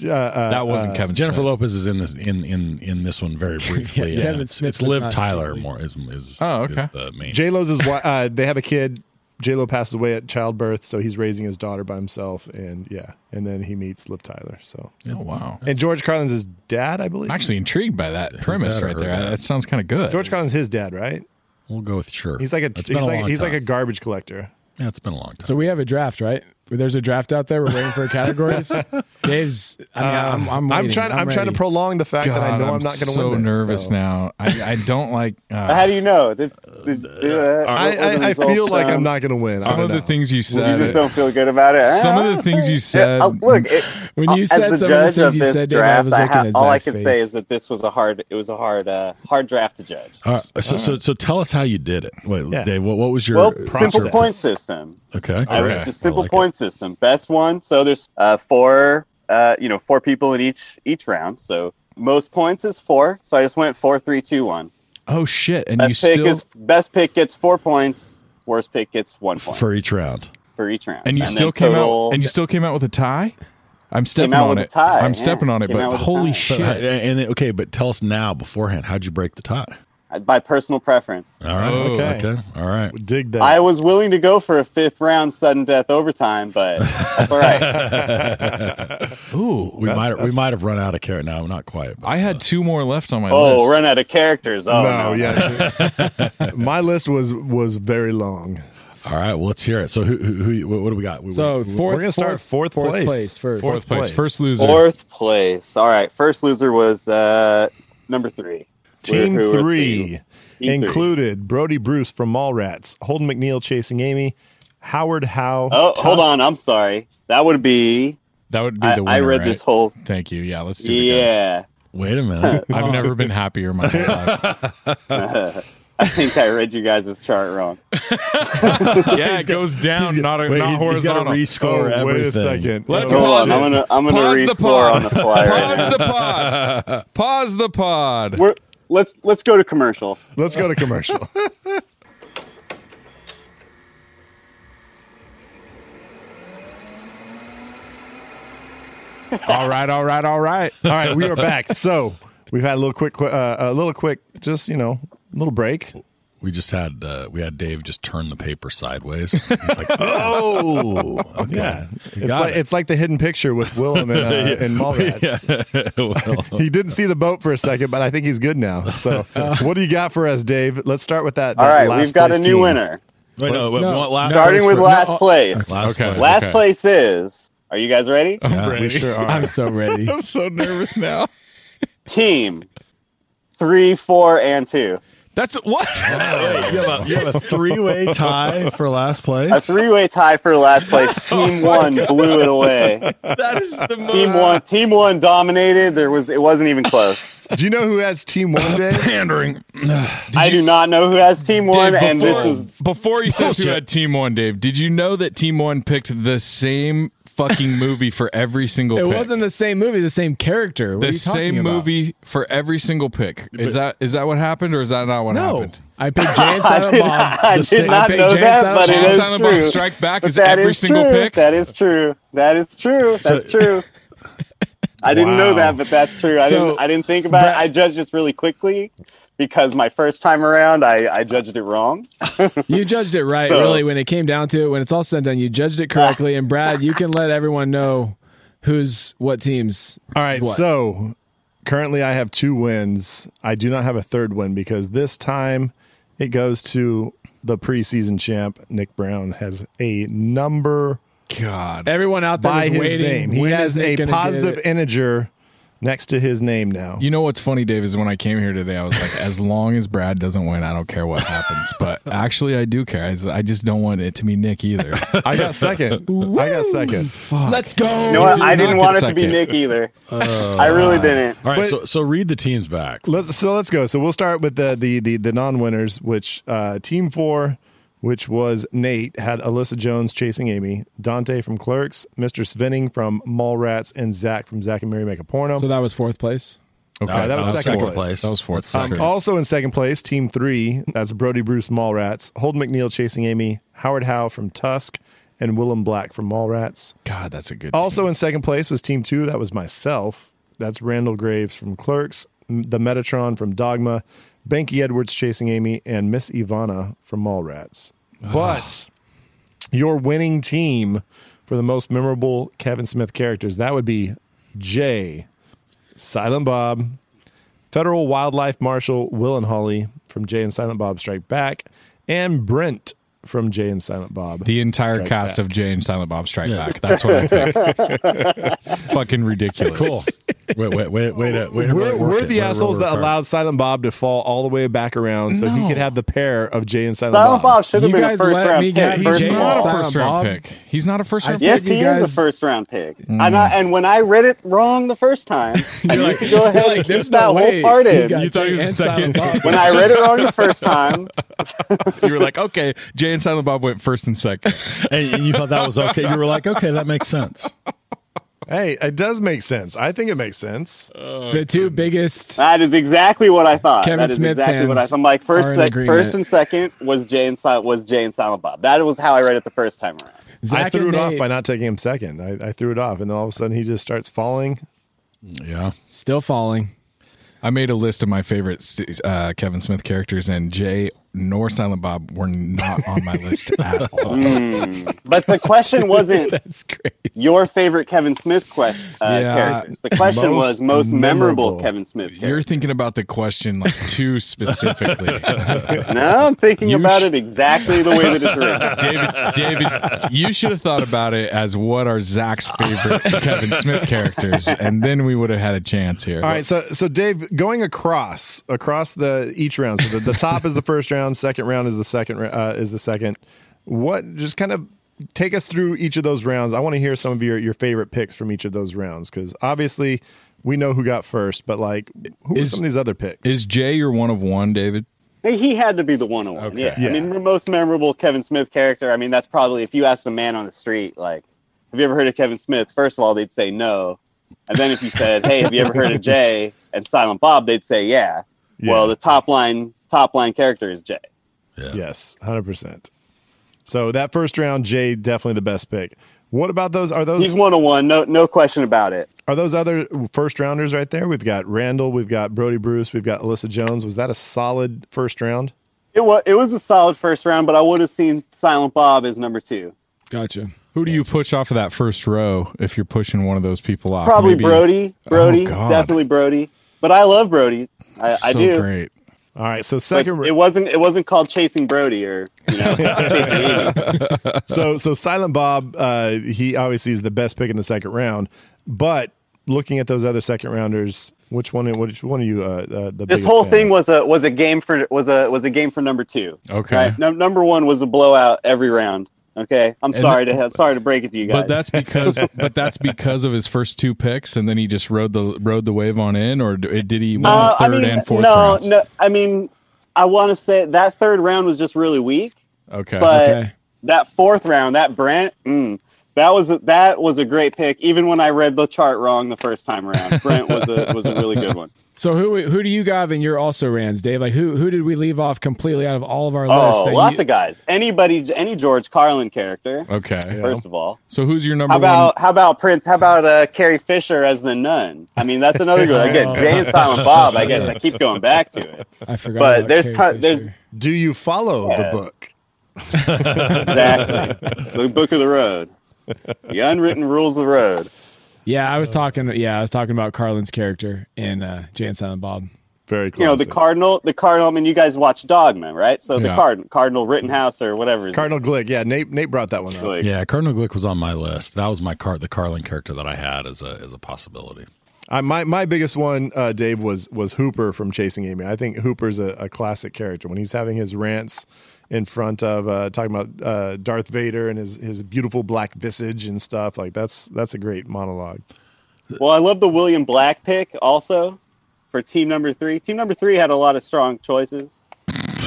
[SPEAKER 3] But uh, uh,
[SPEAKER 1] that wasn't Kevin.
[SPEAKER 4] Jennifer
[SPEAKER 1] Smith.
[SPEAKER 4] Lopez is in this in in in this one very briefly. yeah,
[SPEAKER 5] Kevin
[SPEAKER 4] it's,
[SPEAKER 5] Smith
[SPEAKER 4] it's
[SPEAKER 5] is
[SPEAKER 4] Liv
[SPEAKER 5] not
[SPEAKER 4] Tyler
[SPEAKER 5] Jiggly.
[SPEAKER 4] more is is,
[SPEAKER 1] Oh, okay.
[SPEAKER 4] is the main.
[SPEAKER 3] J Lo's is wi- uh, they have a kid. J Lo passes away at childbirth, so he's raising his daughter by himself, and yeah, and then he meets Liv Tyler. So
[SPEAKER 1] Oh wow.
[SPEAKER 3] and George Carlin's his dad, I believe.
[SPEAKER 1] I'm actually intrigued by that premise
[SPEAKER 4] that or
[SPEAKER 1] right
[SPEAKER 4] her
[SPEAKER 1] there.
[SPEAKER 4] dad?
[SPEAKER 1] That sounds kind of good.
[SPEAKER 3] George Carlin's his dad, right?
[SPEAKER 4] we'll go with sure.
[SPEAKER 3] He's like a
[SPEAKER 4] It's
[SPEAKER 3] he's
[SPEAKER 4] been
[SPEAKER 3] like
[SPEAKER 4] long
[SPEAKER 3] he's like a
[SPEAKER 4] time.
[SPEAKER 3] garbage collector.
[SPEAKER 4] yeah, it's been a long time.
[SPEAKER 5] So we have a draft, right? There's a draft out there. We're waiting for categories. Dave's. I mean, I'm. I'm,
[SPEAKER 3] I'm
[SPEAKER 5] waiting.
[SPEAKER 3] trying. I'm, trying to
[SPEAKER 5] ready.
[SPEAKER 3] prolong the fact
[SPEAKER 1] God,
[SPEAKER 3] that I know I'm,
[SPEAKER 1] I'm
[SPEAKER 3] not going to
[SPEAKER 1] so
[SPEAKER 3] win. This.
[SPEAKER 1] nervous
[SPEAKER 5] so-
[SPEAKER 1] now. I, I don't like. Uh,
[SPEAKER 7] How do you know? The- the- the-
[SPEAKER 3] uh, I,
[SPEAKER 7] uh, the
[SPEAKER 3] I, I
[SPEAKER 7] results
[SPEAKER 3] feel like I'm
[SPEAKER 7] sound-
[SPEAKER 3] not going to win. I
[SPEAKER 1] some
[SPEAKER 3] don't
[SPEAKER 1] of the
[SPEAKER 3] know.
[SPEAKER 1] things you
[SPEAKER 7] You
[SPEAKER 1] said.
[SPEAKER 7] just don't feel good about it.
[SPEAKER 1] some
[SPEAKER 7] Ah.
[SPEAKER 1] of the things you
[SPEAKER 7] Yeah,
[SPEAKER 1] said.
[SPEAKER 7] uh, look, it,
[SPEAKER 5] When you
[SPEAKER 7] as
[SPEAKER 5] said
[SPEAKER 7] the
[SPEAKER 5] some of the
[SPEAKER 7] judge
[SPEAKER 5] things
[SPEAKER 7] of
[SPEAKER 5] you
[SPEAKER 7] this
[SPEAKER 5] said, Dave, I
[SPEAKER 7] draft,
[SPEAKER 5] was
[SPEAKER 7] I
[SPEAKER 5] looking
[SPEAKER 7] ha-
[SPEAKER 5] at
[SPEAKER 7] all I
[SPEAKER 5] Zach's
[SPEAKER 7] can say
[SPEAKER 5] face.
[SPEAKER 7] is that this was a hard, it was a hard, uh, hard draft to judge.
[SPEAKER 4] All right, Uh, so, so so tell us how you did it. Wait,
[SPEAKER 3] Yeah.
[SPEAKER 4] Dave, what, what was your
[SPEAKER 7] Well,
[SPEAKER 4] process?
[SPEAKER 7] simple point system.
[SPEAKER 4] Okay,
[SPEAKER 7] I was
[SPEAKER 1] Okay.
[SPEAKER 7] just simple
[SPEAKER 4] I like
[SPEAKER 7] point system. Best one. So there's uh, four, uh, you know, four people in each each round. So most points is four. So I just went four, three, two, one.
[SPEAKER 1] oh shit! And
[SPEAKER 7] Best
[SPEAKER 1] you
[SPEAKER 7] pick
[SPEAKER 1] still
[SPEAKER 7] is best pick gets four points. Worst pick gets one
[SPEAKER 4] it.
[SPEAKER 7] point for,
[SPEAKER 4] for each round.
[SPEAKER 7] each round.
[SPEAKER 1] and you
[SPEAKER 7] then
[SPEAKER 1] still came
[SPEAKER 7] total-
[SPEAKER 1] out and you still came out with a tie. I'm stepping
[SPEAKER 7] out
[SPEAKER 1] on
[SPEAKER 7] with a
[SPEAKER 1] it.
[SPEAKER 7] tie,
[SPEAKER 1] I'm
[SPEAKER 7] yeah.
[SPEAKER 1] stepping on it,
[SPEAKER 7] Came out
[SPEAKER 1] but
[SPEAKER 7] with a
[SPEAKER 1] holy
[SPEAKER 7] tie.
[SPEAKER 4] But,
[SPEAKER 1] shit!
[SPEAKER 4] and then- okay, but tell us now beforehand. How'd you break the tie?
[SPEAKER 7] by personal preference.
[SPEAKER 4] All right.
[SPEAKER 1] Oh.
[SPEAKER 4] okay. All right.
[SPEAKER 3] dig that.
[SPEAKER 7] I was willing to go for a fifth round sudden death overtime, but that's all right.
[SPEAKER 1] Ooh,
[SPEAKER 4] We might we might have run out of carrot now. Not quite. But
[SPEAKER 1] I had two more left on my
[SPEAKER 7] oh,
[SPEAKER 1] list.
[SPEAKER 7] run out of characters. Oh,
[SPEAKER 3] no,
[SPEAKER 7] no,
[SPEAKER 3] yeah. My list was was very long.
[SPEAKER 4] all right. Well, let's hear it. So who who, who what, what do we got? We-
[SPEAKER 5] So
[SPEAKER 4] we-
[SPEAKER 5] fourth,
[SPEAKER 3] We're gonna start fourth place.
[SPEAKER 5] first.
[SPEAKER 1] Fourth place. first loser.
[SPEAKER 7] Fourth place. All right. First loser was uh, number three.
[SPEAKER 3] Team
[SPEAKER 7] Who- who was
[SPEAKER 3] three
[SPEAKER 7] the- Team E three.
[SPEAKER 3] included Brody Bruce from Mallrats, Holden McNeil chasing Amy, Howard Howe.
[SPEAKER 7] Oh, hold
[SPEAKER 3] Tusk-
[SPEAKER 7] on. I'm sorry. That would be.
[SPEAKER 1] that would be
[SPEAKER 7] I,
[SPEAKER 1] the winner.
[SPEAKER 7] I read
[SPEAKER 1] right?
[SPEAKER 7] this whole.
[SPEAKER 1] Thank you. Yeah, let's do it. again.
[SPEAKER 7] Yeah.
[SPEAKER 4] wait a minute.
[SPEAKER 1] I've never been happier in my whole life.
[SPEAKER 7] I think I read you guys' chart wrong.
[SPEAKER 1] yeah, it goes down, not a,
[SPEAKER 4] Wait,
[SPEAKER 1] not
[SPEAKER 4] he's, he's got to
[SPEAKER 1] horizontal.
[SPEAKER 3] Oh,
[SPEAKER 4] rescore everything.
[SPEAKER 3] wait a second.
[SPEAKER 1] Let's
[SPEAKER 3] Oh,
[SPEAKER 7] Hold on.
[SPEAKER 1] it.
[SPEAKER 7] I'm gonna. I'm gonna
[SPEAKER 1] Pause the
[SPEAKER 7] rescore
[SPEAKER 1] pod.
[SPEAKER 7] on the fly right now.
[SPEAKER 1] Pause the pod. Pause the pod.
[SPEAKER 7] We're, let's let's go to commercial.
[SPEAKER 3] Let's go to commercial.
[SPEAKER 1] all right, all right, all right.
[SPEAKER 3] All right, we are back. So we've had a little quick, uh, a little quick, just you know, little break.
[SPEAKER 4] We just had uh, we had Dave just turn the paper sideways. He's like, oh, okay.
[SPEAKER 3] Yeah, it's
[SPEAKER 4] got
[SPEAKER 3] like
[SPEAKER 4] it.
[SPEAKER 3] it's like the hidden picture with Willem and, uh, and Mallrats.
[SPEAKER 4] well,
[SPEAKER 3] He didn't see the boat for a second, but I think he's good now. So, what do you got for us, Dave? Let's start with that.
[SPEAKER 7] All
[SPEAKER 3] that
[SPEAKER 7] right,
[SPEAKER 3] last
[SPEAKER 7] we've got a
[SPEAKER 3] place
[SPEAKER 7] new
[SPEAKER 3] team.
[SPEAKER 7] winner.
[SPEAKER 4] Wait, no, we want last
[SPEAKER 7] Starting
[SPEAKER 4] place
[SPEAKER 7] with
[SPEAKER 4] for-
[SPEAKER 7] last
[SPEAKER 5] no,
[SPEAKER 7] place.
[SPEAKER 4] Last
[SPEAKER 1] Okay.
[SPEAKER 4] place.
[SPEAKER 7] Last
[SPEAKER 1] okay.
[SPEAKER 7] place is. Are you guys ready?
[SPEAKER 4] Yeah.
[SPEAKER 3] We sure are.
[SPEAKER 5] I'm so ready.
[SPEAKER 1] I'm so nervous now.
[SPEAKER 7] Team three, four, and two.
[SPEAKER 1] That's what?
[SPEAKER 4] you, have a, you have a three-way tie for last place.
[SPEAKER 7] A three-way tie for last place. Team one blew it away.
[SPEAKER 1] that is the
[SPEAKER 7] Team
[SPEAKER 1] most.
[SPEAKER 7] one, team one dominated. There was it wasn't even close.
[SPEAKER 3] Do you know who has Team One Day?
[SPEAKER 4] pandering.
[SPEAKER 7] I do not know who has team one,
[SPEAKER 1] Dave,
[SPEAKER 7] and this
[SPEAKER 1] before,
[SPEAKER 7] is
[SPEAKER 1] before you said who
[SPEAKER 4] Bullshit.
[SPEAKER 1] had Team One, Dave, did you know that Team One picked the same fucking movie for every single
[SPEAKER 5] It
[SPEAKER 1] pick?
[SPEAKER 5] wasn't the same movie, the same character. What are
[SPEAKER 1] the
[SPEAKER 5] you talking
[SPEAKER 1] same
[SPEAKER 5] about?
[SPEAKER 1] movie for every single pick. Is that is that what happened or is that not what
[SPEAKER 5] No,
[SPEAKER 1] happened?
[SPEAKER 5] I picked Jan Silent Bob. the
[SPEAKER 7] I did
[SPEAKER 5] same-
[SPEAKER 7] not
[SPEAKER 5] picked
[SPEAKER 7] know
[SPEAKER 5] Jan
[SPEAKER 7] that,
[SPEAKER 5] Silent
[SPEAKER 7] but it
[SPEAKER 5] Bob.
[SPEAKER 7] is
[SPEAKER 1] Silent Bob
[SPEAKER 7] true.
[SPEAKER 1] Strike Back
[SPEAKER 7] But
[SPEAKER 1] is
[SPEAKER 7] that
[SPEAKER 1] every
[SPEAKER 7] is
[SPEAKER 1] single
[SPEAKER 7] true.
[SPEAKER 1] pick?
[SPEAKER 7] That is true. That is true. That's true. I didn't know that, but that's true. I
[SPEAKER 5] So,
[SPEAKER 7] didn't. I didn't think about
[SPEAKER 5] Brett-
[SPEAKER 7] it. I judged this really quickly because my first time around, I, I judged it wrong.
[SPEAKER 5] You judged it right,
[SPEAKER 7] So-
[SPEAKER 5] really. When it came down to it, when it's all said and done, you judged it correctly. And Brad, you can let everyone know who's what teams.
[SPEAKER 3] All right,
[SPEAKER 5] What?
[SPEAKER 3] so currently I have two wins. I do not have a third win because this time it goes to the preseason champ. Nick Brown has a number
[SPEAKER 1] God.
[SPEAKER 5] Everyone out there
[SPEAKER 3] by
[SPEAKER 5] is
[SPEAKER 3] his
[SPEAKER 5] waiting.
[SPEAKER 3] name. He
[SPEAKER 5] when
[SPEAKER 3] has
[SPEAKER 5] is Nick
[SPEAKER 3] a
[SPEAKER 5] gonna get
[SPEAKER 3] positive
[SPEAKER 5] it?
[SPEAKER 3] integer next to his name now.
[SPEAKER 1] You know what's funny, Dave, is when I came here today, I was like, as long as Brad doesn't win, I don't care what happens. But actually, I do care. I- I just don't want it to be Nick either.
[SPEAKER 3] I got second. I got second.
[SPEAKER 5] Let's go.
[SPEAKER 7] You know what?
[SPEAKER 1] did
[SPEAKER 7] I
[SPEAKER 1] not get
[SPEAKER 7] didn't want it to be
[SPEAKER 1] second.
[SPEAKER 7] Nick either.
[SPEAKER 5] Oh.
[SPEAKER 7] I really didn't.
[SPEAKER 4] All right,
[SPEAKER 3] But-
[SPEAKER 4] so so read the teams back.
[SPEAKER 3] Let's so let's go. So we'll start with the the the, the non-winners, which uh, team four, which was Nate, had Alyssa Jones chasing Amy, Dante from Clerks, Mr. Svenning from Mallrats, and Zach from Zach and Mary Make a Porno.
[SPEAKER 5] So that was fourth place.
[SPEAKER 1] Okay,
[SPEAKER 3] that was second
[SPEAKER 4] Uh, second
[SPEAKER 3] place.
[SPEAKER 4] place.
[SPEAKER 1] That was fourth.
[SPEAKER 4] That's
[SPEAKER 3] Um,
[SPEAKER 4] second.
[SPEAKER 3] also in second place, team three, that's Brody Bruce Mallrats, Hold McNeil chasing Amy, Howard Howe from Tusk, and Willem Black from Mallrats.
[SPEAKER 1] God, that's a good.
[SPEAKER 3] Also in second place was Team Two. That was myself. That's Randall Graves from Clerks, M- the Metatron from Dogma, Banky Edwards chasing Amy, and Miss Ivana from Mallrats. But your winning team for the most memorable Kevin Smith characters that would be Jay, Silent Bob, Federal Wildlife Marshal Will and Holly from Jay and Silent Bob Strike Back, and Brent from Jay and Silent Bob.
[SPEAKER 1] The entire
[SPEAKER 3] Strike
[SPEAKER 1] cast
[SPEAKER 3] Back.
[SPEAKER 1] of Jay and Silent Bob Strike
[SPEAKER 4] Yeah.
[SPEAKER 1] Back. That's what I think. Fucking ridiculous.
[SPEAKER 4] cool. Wait, wait, wait, wait, wait. wait
[SPEAKER 3] We're, we're the assholes that allowed Silent Bob to fall all the way back around so he could have the pair of Jay and Silent,
[SPEAKER 7] Silent Bob
[SPEAKER 3] Bob.
[SPEAKER 7] should have
[SPEAKER 5] You
[SPEAKER 7] been a
[SPEAKER 5] guys
[SPEAKER 7] first
[SPEAKER 5] let
[SPEAKER 7] round
[SPEAKER 5] me
[SPEAKER 7] pick.
[SPEAKER 5] get
[SPEAKER 7] First
[SPEAKER 1] He's
[SPEAKER 7] of
[SPEAKER 5] Jay
[SPEAKER 1] not
[SPEAKER 7] all.
[SPEAKER 1] a
[SPEAKER 5] Silent
[SPEAKER 1] first round
[SPEAKER 5] Bob.
[SPEAKER 1] pick. He's not a first
[SPEAKER 5] I
[SPEAKER 1] round
[SPEAKER 5] said-
[SPEAKER 1] pick.
[SPEAKER 7] Yes,
[SPEAKER 5] Did you
[SPEAKER 7] he is
[SPEAKER 5] guys- Hmm.
[SPEAKER 7] a first round pick. And, I, and when I read it wrong the first time, and you could go ahead and keep that whole part in.
[SPEAKER 5] got
[SPEAKER 1] You thought he
[SPEAKER 5] Jay
[SPEAKER 1] was
[SPEAKER 5] and
[SPEAKER 1] the second.
[SPEAKER 5] Silent Bob.
[SPEAKER 7] When I read it wrong the first time,
[SPEAKER 1] You were like, okay, Jay and Silent Bob went first and second.
[SPEAKER 4] And you thought that was okay. You were like, okay, that makes sense.
[SPEAKER 3] Hey, it does make sense. I think it makes sense.
[SPEAKER 5] the two biggest.
[SPEAKER 7] that is exactly what I thought.
[SPEAKER 5] Kevin
[SPEAKER 7] that is
[SPEAKER 5] Smith
[SPEAKER 7] exactly what I
[SPEAKER 5] fans
[SPEAKER 7] thought. I'm like
[SPEAKER 5] are
[SPEAKER 7] first,
[SPEAKER 5] in
[SPEAKER 7] sec-
[SPEAKER 5] agreement.
[SPEAKER 7] first and second was Jay and Silent was Jay and Silent Bob. That was how I read it the first time around.
[SPEAKER 5] Zach
[SPEAKER 3] I threw it
[SPEAKER 5] and
[SPEAKER 3] off
[SPEAKER 5] Nate
[SPEAKER 3] by not taking him second. I, I threw it off, and then all of a sudden he just starts falling.
[SPEAKER 4] Yeah.
[SPEAKER 5] still falling.
[SPEAKER 1] I made a list of my favorite st- uh, Kevin Smith characters, and Jay nor Silent Bob were not on my list at all.
[SPEAKER 7] Hmm. But the question wasn't
[SPEAKER 5] That's great.
[SPEAKER 7] your favorite Kevin Smith question uh,
[SPEAKER 1] Yeah.
[SPEAKER 7] characters. The question
[SPEAKER 3] Most
[SPEAKER 7] was most memorable,
[SPEAKER 3] memorable.
[SPEAKER 7] Kevin Smith
[SPEAKER 1] You're
[SPEAKER 7] characters.
[SPEAKER 1] thinking about the question like too specifically.
[SPEAKER 7] no, I'm thinking
[SPEAKER 1] You
[SPEAKER 7] about
[SPEAKER 1] sh-
[SPEAKER 7] it exactly the way that it's written.
[SPEAKER 1] David, David, you should have thought about it as what are Zach's favorite Kevin Smith characters, and then we would have had a chance here.
[SPEAKER 3] All right, so so Dave, going across across the each round. So the, the top is the first round, second round is the second ra- uh, is the second. What just kind of take us through each of those rounds. I want to hear some of your your favorite picks from each of those rounds because obviously we know who got first, but like who were
[SPEAKER 1] Is-
[SPEAKER 3] some of these other picks?
[SPEAKER 1] Is Jay your one of one, David?
[SPEAKER 7] He had to be the one on one. Yeah.
[SPEAKER 3] Yeah.
[SPEAKER 7] I mean, the most memorable Kevin Smith character. I mean, that's probably if you asked a man on the street, like, have you ever heard of Kevin Smith? First of all, they'd say no. And then if you said, hey, have you ever heard of Jay and Silent Bob? They'd say, yeah. Well, the top line top line character is Jay.
[SPEAKER 3] Yes, hundred percent. So that first round, Jay definitely the best pick. What about those? Are
[SPEAKER 7] He's
[SPEAKER 3] those
[SPEAKER 7] one on one. No, no question about it.
[SPEAKER 3] are those other first rounders right there? We've got Randall, we've got Brody Bruce, we've got Alyssa Jones. Was that a solid first round?
[SPEAKER 7] It was it was a solid first round, but I would have seen Silent Bob as number two.
[SPEAKER 5] Gotcha.
[SPEAKER 1] Who do you push off of that first row if you're pushing one of those people off?
[SPEAKER 7] Probably
[SPEAKER 1] Maybe- Oh,
[SPEAKER 7] Brody. Brody,
[SPEAKER 1] God.
[SPEAKER 7] definitely Brody. But I love Brody. I, I
[SPEAKER 1] so
[SPEAKER 7] do.
[SPEAKER 1] great.
[SPEAKER 3] All right, so
[SPEAKER 7] But
[SPEAKER 3] second,
[SPEAKER 7] it wasn't it wasn't called chasing Brody or you know chasing Amy.
[SPEAKER 3] so so Silent Bob, uh, he obviously is the best pick in the second round, but looking at those other second rounders, which one? Which one are you? Uh, uh, the
[SPEAKER 7] This
[SPEAKER 3] biggest
[SPEAKER 7] whole
[SPEAKER 3] fan
[SPEAKER 7] thing
[SPEAKER 3] of?
[SPEAKER 7] was a was a game for was a was a game for number two.
[SPEAKER 4] Okay.
[SPEAKER 7] Right? No, number one was a blowout every round. Okay, I'm
[SPEAKER 1] And
[SPEAKER 7] sorry to have, sorry to break it to you guys.
[SPEAKER 1] But that's because but that's because of his first two picks, and then he just rode the rode the wave on in, or d- did he win
[SPEAKER 7] Uh,
[SPEAKER 1] the third and fourth
[SPEAKER 7] no,
[SPEAKER 1] rounds?
[SPEAKER 7] no. I mean, I want to say that third round was just really weak,
[SPEAKER 1] Okay,
[SPEAKER 7] but
[SPEAKER 5] Okay.
[SPEAKER 7] that fourth round, that Brent, mm, that was a, that was a great pick. Even when I read the chart wrong the first time around, Brent was a was a really good one.
[SPEAKER 5] So who who do you got? And you're also Rands, Dave. Like who who did we leave off completely out of all of our lists?
[SPEAKER 7] Oh,
[SPEAKER 5] that
[SPEAKER 7] lots
[SPEAKER 5] you-
[SPEAKER 7] of guys. Anybody, any George Carlin character.
[SPEAKER 1] okay.
[SPEAKER 7] First of all,
[SPEAKER 1] So who's your number
[SPEAKER 7] how about how about Prince? How about uh, Carrie Fisher as the nun? I mean, that's another good. one. I get Jay and Silent Bob. I guess I keep going back to it.
[SPEAKER 5] I forgot.
[SPEAKER 7] But
[SPEAKER 5] about
[SPEAKER 7] there's
[SPEAKER 5] Carrie
[SPEAKER 7] ton- there's-
[SPEAKER 5] Fisher.
[SPEAKER 3] Do you follow
[SPEAKER 7] Yeah.
[SPEAKER 3] the book?
[SPEAKER 7] Exactly, the Book of the Road, the unwritten rules of the road.
[SPEAKER 5] yeah. I was talking. Yeah, I was talking about Carlin's character in uh, Jay and Silent Bob.
[SPEAKER 3] Very
[SPEAKER 7] you know the
[SPEAKER 3] classic.
[SPEAKER 7] cardinal the cardinal i mean you guys watch dogma right so the
[SPEAKER 1] Yeah.
[SPEAKER 7] card cardinal rittenhouse or whatever his
[SPEAKER 3] Cardinal Glick. Yeah, Nate. Nate brought that one
[SPEAKER 7] name
[SPEAKER 3] up.
[SPEAKER 7] is, like,
[SPEAKER 4] Yeah, Cardinal Glick was on my list. That was my car, the Carlin character that I had as a as a possibility.
[SPEAKER 3] I, my my biggest one, uh, Dave, was was Hooper from Chasing Amy. I think Hooper's a, a classic character when he's having his rants in front of uh, talking about uh, Darth Vader and his his beautiful black visage and stuff. Like that's that's a great monologue.
[SPEAKER 7] well i love the william black pick also for team number three team number three had a lot of strong choices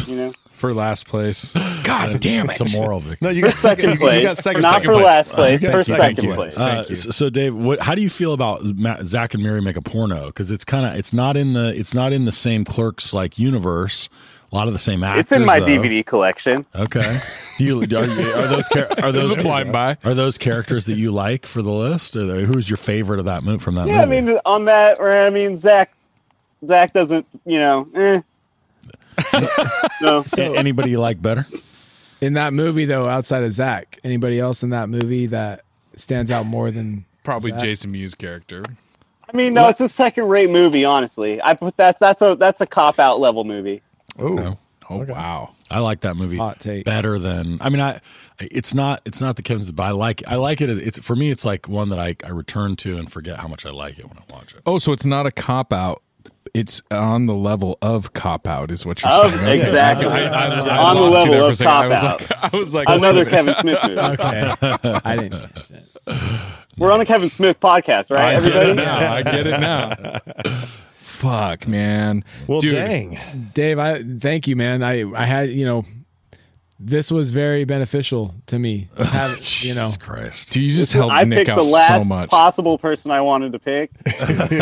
[SPEAKER 7] you know
[SPEAKER 1] for last place?
[SPEAKER 4] God damn it! It's a moral victory.
[SPEAKER 3] No, you got second.
[SPEAKER 7] second
[SPEAKER 3] you,
[SPEAKER 7] place
[SPEAKER 3] you got second.
[SPEAKER 7] not
[SPEAKER 3] second
[SPEAKER 7] for
[SPEAKER 3] place. Uh,
[SPEAKER 7] last place
[SPEAKER 3] You got
[SPEAKER 7] for
[SPEAKER 3] second
[SPEAKER 7] second
[SPEAKER 3] place.
[SPEAKER 7] place
[SPEAKER 4] Uh, so, so Dave, what, how do you feel about Matt, Zach and Mary make a porno? Because it's kind of it's not in the it's not in the same Clerks like universe. A lot of the same actors.
[SPEAKER 7] it's in my
[SPEAKER 4] though.
[SPEAKER 7] dvd collection
[SPEAKER 4] Okay. Do you, are, you- are those char- are those
[SPEAKER 1] flying by.
[SPEAKER 4] are those characters that you like for the list? Or the- who's your favorite of that movie from that
[SPEAKER 7] yeah i
[SPEAKER 4] movie?
[SPEAKER 7] mean on that or i mean zach zach doesn't you know eh. no
[SPEAKER 4] A- anybody you like better?
[SPEAKER 5] In that movie, though, outside of Zach, anybody else in that movie that stands out more than
[SPEAKER 1] Probably
[SPEAKER 5] Zach?
[SPEAKER 1] Jason Mewes character.
[SPEAKER 7] I mean, no, it's a second-rate movie. Honestly, I put that. That's a that's a cop-out level movie.
[SPEAKER 3] Ooh.
[SPEAKER 4] No.
[SPEAKER 1] Oh wow,
[SPEAKER 4] I like that movie
[SPEAKER 5] Hot take.
[SPEAKER 4] better than I mean I it's not it's not the Kevin's but I like I like it as it's for me it's like one that I, I return to and forget how much I like it when I watch it.
[SPEAKER 1] Oh, so it's not a cop out. It's on the level of cop out, is what you're
[SPEAKER 7] Of
[SPEAKER 1] saying. Okay.
[SPEAKER 7] exactly.
[SPEAKER 1] I- I- I
[SPEAKER 7] On the
[SPEAKER 1] lost you there
[SPEAKER 7] level
[SPEAKER 1] for a
[SPEAKER 7] of
[SPEAKER 1] second. I was
[SPEAKER 7] cop-out.
[SPEAKER 1] like- I was like,
[SPEAKER 7] Another Kevin Smith movie.
[SPEAKER 5] Okay, I didn't. finish it.
[SPEAKER 7] We're on a Kevin Smith podcast, right?
[SPEAKER 1] I get
[SPEAKER 7] Everybody.
[SPEAKER 1] it now. I get it now. Fuck, man.
[SPEAKER 3] Well,
[SPEAKER 1] Dude,
[SPEAKER 3] dang.
[SPEAKER 5] Dave, I thank you, man. I I had you know, this was very beneficial to me. Have, you know,
[SPEAKER 4] Jesus Christ.
[SPEAKER 1] Dude, you just helped
[SPEAKER 7] I
[SPEAKER 1] Nick
[SPEAKER 7] picked
[SPEAKER 1] out
[SPEAKER 7] the
[SPEAKER 1] so
[SPEAKER 7] last
[SPEAKER 1] much.
[SPEAKER 7] possible person I wanted to pick.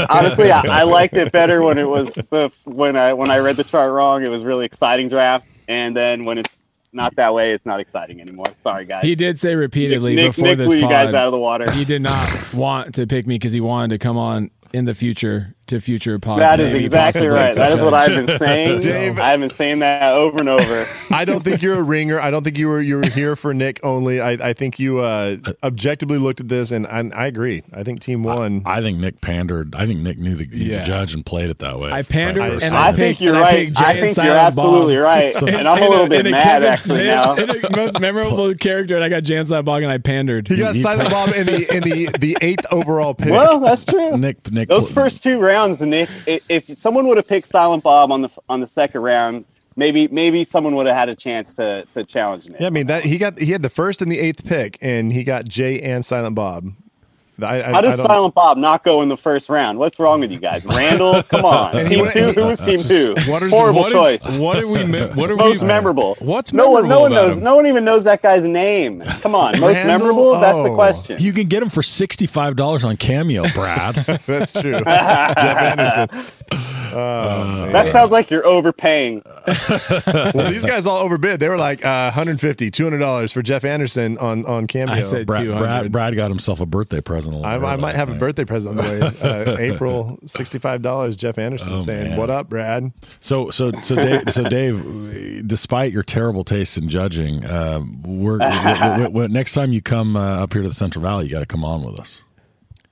[SPEAKER 7] Honestly, I, I liked it better when it was the when I when I read the chart wrong. It was really exciting draft, and then when it's not that way, it's not exciting anymore. Sorry, guys.
[SPEAKER 5] he did say
[SPEAKER 7] Nick,
[SPEAKER 5] repeatedly
[SPEAKER 7] Nick,
[SPEAKER 5] before
[SPEAKER 7] Nick
[SPEAKER 5] this
[SPEAKER 7] blew you
[SPEAKER 5] pod,
[SPEAKER 7] guys out of the water.
[SPEAKER 5] he did not want to pick me because he wanted to come on in the future to future pods.
[SPEAKER 7] That is
[SPEAKER 5] maybe
[SPEAKER 7] exactly
[SPEAKER 5] possibly
[SPEAKER 7] right.
[SPEAKER 5] to
[SPEAKER 7] That is what
[SPEAKER 5] judge.
[SPEAKER 7] I've been saying.
[SPEAKER 3] Dave-
[SPEAKER 7] I've been saying that over and over.
[SPEAKER 3] I don't think you're a ringer. I don't think you were you were here for Nick only. I, I think you uh, objectively looked at this, and I, I agree. I think Team One.
[SPEAKER 4] I think Nick pandered. I think Nick knew the, knew
[SPEAKER 1] Yeah.
[SPEAKER 4] the judge and played it that way.
[SPEAKER 5] I pandered
[SPEAKER 4] Right,
[SPEAKER 5] and
[SPEAKER 4] personally.
[SPEAKER 7] I
[SPEAKER 5] picked-
[SPEAKER 7] think you're
[SPEAKER 5] and I
[SPEAKER 7] right.
[SPEAKER 5] picked
[SPEAKER 7] I,
[SPEAKER 5] Jay and
[SPEAKER 7] think you're
[SPEAKER 5] Silent Bob.
[SPEAKER 7] absolutely right. and I'm a little bit
[SPEAKER 5] and
[SPEAKER 7] mad
[SPEAKER 5] Kevin
[SPEAKER 7] actually
[SPEAKER 5] Smith-
[SPEAKER 7] now.
[SPEAKER 5] and a most memorable character, and I got Jan Bog and I pandered.
[SPEAKER 3] he got Silent Bob in the in the the eighth overall pick.
[SPEAKER 7] Well, that's true.
[SPEAKER 4] Nick Nick
[SPEAKER 7] Those first two rounds, Nick. i- If someone would have picked Silent Bob on the on the second round, maybe maybe someone would have had a chance to to challenge Nick.
[SPEAKER 3] Yeah, I mean that he got he had the first and the eighth pick, and he got Jay and Silent Bob. I, I,
[SPEAKER 7] How does
[SPEAKER 3] I don't-
[SPEAKER 7] Silent Bob not go in the first round? What's wrong with you guys? Randall, come on. team two, who was team two?
[SPEAKER 1] What is,
[SPEAKER 7] Horrible
[SPEAKER 1] what
[SPEAKER 7] choice.
[SPEAKER 1] is- what are we? mi- What are
[SPEAKER 7] most
[SPEAKER 1] we?
[SPEAKER 7] memorable.
[SPEAKER 1] What's
[SPEAKER 7] no one? No
[SPEAKER 1] memorable
[SPEAKER 7] one
[SPEAKER 1] about
[SPEAKER 7] knows.
[SPEAKER 1] him?
[SPEAKER 7] No one even knows that guy's name. Come on, most
[SPEAKER 3] Randall?
[SPEAKER 7] memorable. That's the
[SPEAKER 3] Oh.
[SPEAKER 7] question.
[SPEAKER 4] You can get him for sixty five dollars on Cameo, Brad.
[SPEAKER 3] That's true. Jeff Anderson.
[SPEAKER 1] Uh,
[SPEAKER 3] Oh,
[SPEAKER 7] that sounds like you're overpaying.
[SPEAKER 3] well, these guys all overbid. They were like uh, 150 200 dollars for Jeff Anderson on on Cameo.
[SPEAKER 5] I said
[SPEAKER 4] Brad,
[SPEAKER 5] 200.
[SPEAKER 4] Brad Brad got himself a birthday present. a little
[SPEAKER 3] I, I
[SPEAKER 4] early,
[SPEAKER 3] might have a
[SPEAKER 4] think.
[SPEAKER 3] birthday present on the way. Uh, April, sixty-five dollars. Jeff Anderson
[SPEAKER 4] Oh,
[SPEAKER 3] saying,
[SPEAKER 4] man.
[SPEAKER 3] "What up, Brad?"
[SPEAKER 4] So so so Dave, so Dave, despite your terrible taste in judging, uh, we're, we we- we- next time you come uh, up here to the Central Valley, you got to come on with us.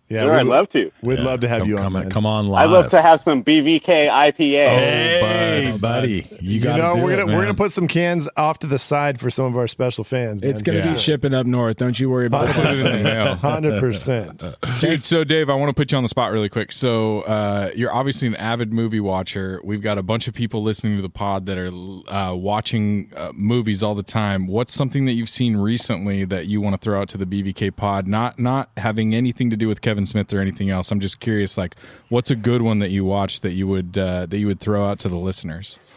[SPEAKER 3] Yeah,
[SPEAKER 7] Sure,
[SPEAKER 3] we-
[SPEAKER 7] I'd love to.
[SPEAKER 3] We'd love to have
[SPEAKER 4] come,
[SPEAKER 3] you on.
[SPEAKER 4] come,
[SPEAKER 3] man.
[SPEAKER 4] come on live.
[SPEAKER 7] I'd love to have some BVK IPA.
[SPEAKER 4] Hey, Hey, buddy, you
[SPEAKER 3] You
[SPEAKER 4] got
[SPEAKER 3] know,
[SPEAKER 4] to
[SPEAKER 3] we're
[SPEAKER 4] it,
[SPEAKER 3] gonna we're gonna
[SPEAKER 4] man.
[SPEAKER 3] put some cans off to the side for some of our special fans.
[SPEAKER 5] It's
[SPEAKER 3] man.
[SPEAKER 5] gonna
[SPEAKER 1] Yeah.
[SPEAKER 5] be shipping up north. Don't you worry about
[SPEAKER 1] Put it in the
[SPEAKER 5] it.
[SPEAKER 1] mail.
[SPEAKER 3] hundred percent.
[SPEAKER 1] Dude, so Dave, I want to put you on the spot really quick. So uh, you're obviously an avid movie watcher. We've got a bunch of people listening to the pod that are uh, watching uh, movies all the time. What's something that you've seen recently that you want to throw out to the BVK pod? Not not having anything to do with Kevin Smith or anything else. I'm just curious, like, what's a good one that you watched that you would uh, that you would throw out to the listeners?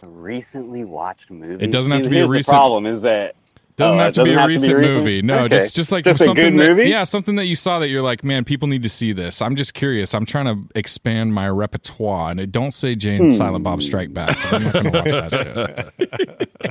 [SPEAKER 7] recently watched movie.
[SPEAKER 1] Oh. It doesn't have
[SPEAKER 7] See,
[SPEAKER 1] to be a
[SPEAKER 7] here's
[SPEAKER 1] recent-
[SPEAKER 7] The problem is that
[SPEAKER 1] Doesn't
[SPEAKER 7] Oh,
[SPEAKER 1] have
[SPEAKER 7] it
[SPEAKER 1] to be a
[SPEAKER 7] doesn't have to be
[SPEAKER 1] recent
[SPEAKER 7] recent?
[SPEAKER 1] movie. No,
[SPEAKER 7] Okay.
[SPEAKER 1] just just like
[SPEAKER 7] Just a
[SPEAKER 1] something
[SPEAKER 7] good
[SPEAKER 1] that-
[SPEAKER 7] movie?
[SPEAKER 1] yeah, something that you saw that you're like, man, people need to see this. I'm just curious. I'm trying to expand my repertoire, and it don't say Jane and Silent
[SPEAKER 7] Hmm.
[SPEAKER 1] Bob Strike Back. 'cause I'm not gonna watch that shit.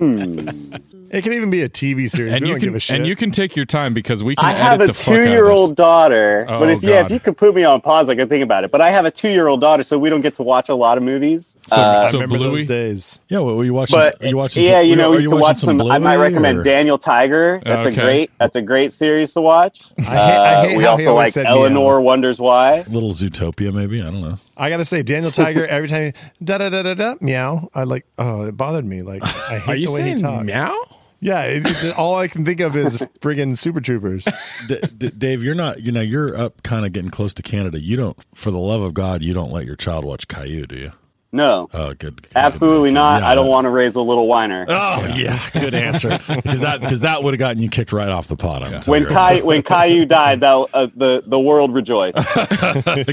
[SPEAKER 3] It can even be a TV series.
[SPEAKER 1] And
[SPEAKER 3] we
[SPEAKER 1] you
[SPEAKER 3] don't
[SPEAKER 1] can
[SPEAKER 3] give a shit.
[SPEAKER 1] and you can take your time because we can.
[SPEAKER 7] I have
[SPEAKER 1] edit the
[SPEAKER 7] a
[SPEAKER 1] fuck out of this.
[SPEAKER 7] two-year-old daughter.
[SPEAKER 1] Oh,
[SPEAKER 7] but if yeah, if
[SPEAKER 1] God.
[SPEAKER 7] you could put me on pause, I could think about it. But I have a two-year-old daughter, so we don't get to watch a lot of movies.
[SPEAKER 1] So,
[SPEAKER 7] Uh,
[SPEAKER 1] so
[SPEAKER 3] remember those
[SPEAKER 1] Bluey.
[SPEAKER 3] days.
[SPEAKER 4] Yeah, what were you watching?
[SPEAKER 7] but
[SPEAKER 4] you watching
[SPEAKER 7] yeah,
[SPEAKER 4] some-
[SPEAKER 7] you know,
[SPEAKER 4] are
[SPEAKER 7] you can watch
[SPEAKER 4] watching
[SPEAKER 7] some. I might
[SPEAKER 4] Bluey,
[SPEAKER 7] recommend
[SPEAKER 4] or-
[SPEAKER 7] Daniel Tiger. That's
[SPEAKER 1] Okay.
[SPEAKER 7] a great. That's a great series to watch. Uh,
[SPEAKER 3] I hate- I hate
[SPEAKER 7] we
[SPEAKER 3] how he
[SPEAKER 7] also
[SPEAKER 3] always
[SPEAKER 7] like
[SPEAKER 3] said
[SPEAKER 7] Eleanor
[SPEAKER 3] meow.
[SPEAKER 7] Wonders Why.
[SPEAKER 4] Little Zootopia, maybe I don't know.
[SPEAKER 3] I gotta say, Daniel Tiger. Every time da da da da da meow, I like. Oh, it bothered me. Like, I hate
[SPEAKER 5] Are you
[SPEAKER 3] the way he
[SPEAKER 5] saying
[SPEAKER 3] talks.
[SPEAKER 5] meow?
[SPEAKER 3] Yeah, it, it- all I can think of is friggin' Super Troopers.
[SPEAKER 4] D- D- Dave, you're not. You know, you're up, kind of getting close to Canada. You don't, for the love of God, you don't let your child watch Caillou, do you?
[SPEAKER 7] No,
[SPEAKER 4] Oh, good. good.
[SPEAKER 7] absolutely
[SPEAKER 4] Good.
[SPEAKER 7] not.
[SPEAKER 4] Yeah,
[SPEAKER 7] I don't
[SPEAKER 4] that-
[SPEAKER 7] want to raise a little whiner.
[SPEAKER 4] Oh yeah, good answer. Because that because that would have gotten you kicked right off the pot. I'm telling
[SPEAKER 7] when
[SPEAKER 4] you right
[SPEAKER 7] Kai when Caillou died, that, uh, the the world rejoiced.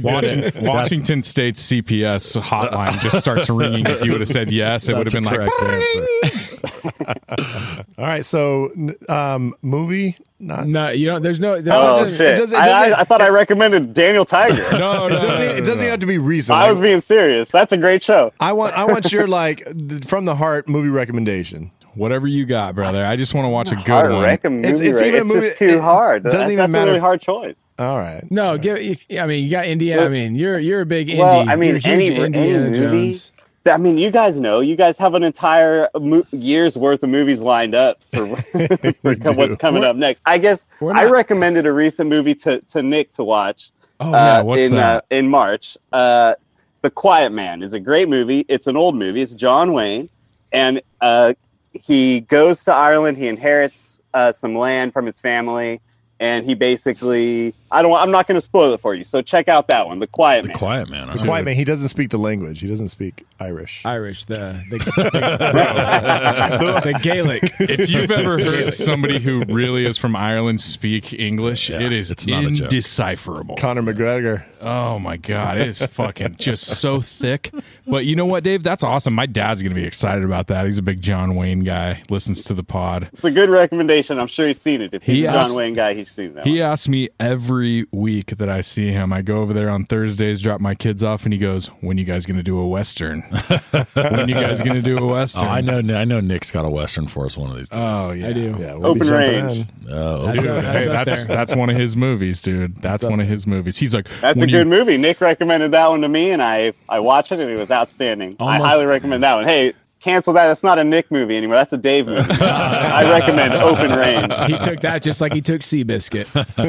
[SPEAKER 1] Washington, Washington State's CPS hotline just starts ringing. If you would have said yes, it would have
[SPEAKER 4] That's a
[SPEAKER 1] been like,
[SPEAKER 4] correct answer.
[SPEAKER 3] All right, so n- um, movie not.
[SPEAKER 5] No, you don't. There's no. there-
[SPEAKER 7] Oh
[SPEAKER 3] doesn't-
[SPEAKER 7] shit!
[SPEAKER 3] it doesn't- it
[SPEAKER 7] I,
[SPEAKER 3] doesn't-
[SPEAKER 7] I, I thought I recommended Daniel Tiger.
[SPEAKER 1] no, no,
[SPEAKER 3] It doesn't,
[SPEAKER 1] no,
[SPEAKER 3] it doesn't have to be recent.
[SPEAKER 7] I
[SPEAKER 3] Like,
[SPEAKER 7] was being serious. That's a great show.
[SPEAKER 3] I want I want your like th- from the heart movie recommendation.
[SPEAKER 1] whatever you got, brother. I just want to watch a
[SPEAKER 7] Hard
[SPEAKER 1] good one.
[SPEAKER 7] recommend
[SPEAKER 3] It's-
[SPEAKER 7] movie
[SPEAKER 3] it's
[SPEAKER 7] rate.
[SPEAKER 3] even a movie-
[SPEAKER 7] just too
[SPEAKER 3] it
[SPEAKER 7] hard.
[SPEAKER 3] doesn't
[SPEAKER 7] That's-
[SPEAKER 3] even
[SPEAKER 7] that's
[SPEAKER 3] matter.
[SPEAKER 7] A really hard choice.
[SPEAKER 3] All right.
[SPEAKER 5] no, give. you- I mean, you got Indiana. I mean, you're you're a big indie.
[SPEAKER 7] Well, I mean,
[SPEAKER 5] you're a
[SPEAKER 7] any-
[SPEAKER 5] huge
[SPEAKER 7] any
[SPEAKER 5] Indiana
[SPEAKER 7] movie-
[SPEAKER 5] Jones.
[SPEAKER 7] I mean, you guys know. You guys have an entire mo- year's worth of movies lined up for, for co- what's coming up next. I guess
[SPEAKER 5] we're
[SPEAKER 7] I
[SPEAKER 5] not-
[SPEAKER 7] recommended a recent movie to, to Nick to watch.
[SPEAKER 1] Oh yeah,
[SPEAKER 7] uh,
[SPEAKER 1] what's
[SPEAKER 7] in,
[SPEAKER 1] that?
[SPEAKER 7] Uh, in March. Uh, the Quiet Man is a great movie. It's an old movie. It's John Wayne, and uh, he goes to Ireland. He inherits uh, some land from his family, and he basically I don't. I'm not going to spoil it for you. So check out that one, The Quiet
[SPEAKER 4] The
[SPEAKER 7] Man.
[SPEAKER 4] Quiet Man.
[SPEAKER 3] The Quiet Man. He doesn't speak the language. He doesn't speak Irish.
[SPEAKER 5] Irish, the the, the, the Gaelic.
[SPEAKER 7] uh,
[SPEAKER 1] If you've ever heard somebody who really is from Ireland speak English,
[SPEAKER 4] Yeah,
[SPEAKER 1] it is
[SPEAKER 4] it's not a joke.
[SPEAKER 1] indecipherable.
[SPEAKER 3] Conor McGregor.
[SPEAKER 1] Oh my god, it is fucking just so thick. But you know what, Dave? That's awesome. My dad's gonna be excited about that. He's a big John Wayne guy. Listens to the pod.
[SPEAKER 7] It's a good recommendation. I'm sure he's seen it. If he's
[SPEAKER 1] He
[SPEAKER 7] a John
[SPEAKER 1] asked-
[SPEAKER 7] Wayne guy, he's seen that.
[SPEAKER 1] He
[SPEAKER 7] one.
[SPEAKER 1] asks me every week that I see him. I go over there on Thursdays, drop my kids off, and he goes, "When you guys gonna do a western? when you guys gonna do a
[SPEAKER 4] Oh,
[SPEAKER 1] western?"
[SPEAKER 4] I know. I know. Nick's got a western for us one of these days.
[SPEAKER 1] Oh yeah,
[SPEAKER 5] I do.
[SPEAKER 3] Yeah, we'll be
[SPEAKER 7] Open
[SPEAKER 3] jumping
[SPEAKER 7] range.
[SPEAKER 3] in.
[SPEAKER 4] Oh,
[SPEAKER 1] Dude,
[SPEAKER 4] okay.
[SPEAKER 5] That's up-
[SPEAKER 1] hey,
[SPEAKER 5] that's up
[SPEAKER 1] that's
[SPEAKER 5] there.
[SPEAKER 1] that's one of his movies, dude. That's one of his movies. He's like,
[SPEAKER 7] That's a
[SPEAKER 1] when you-
[SPEAKER 7] good movie. Nick recommended that one to me, and I I watched it, and it was outstanding.
[SPEAKER 5] Almost-
[SPEAKER 7] I highly recommend that one. Hey, cancel that. That's not a Nick movie anymore. That's a Dave movie. I recommend Open Range.
[SPEAKER 5] He took that just like he took Seabiscuit.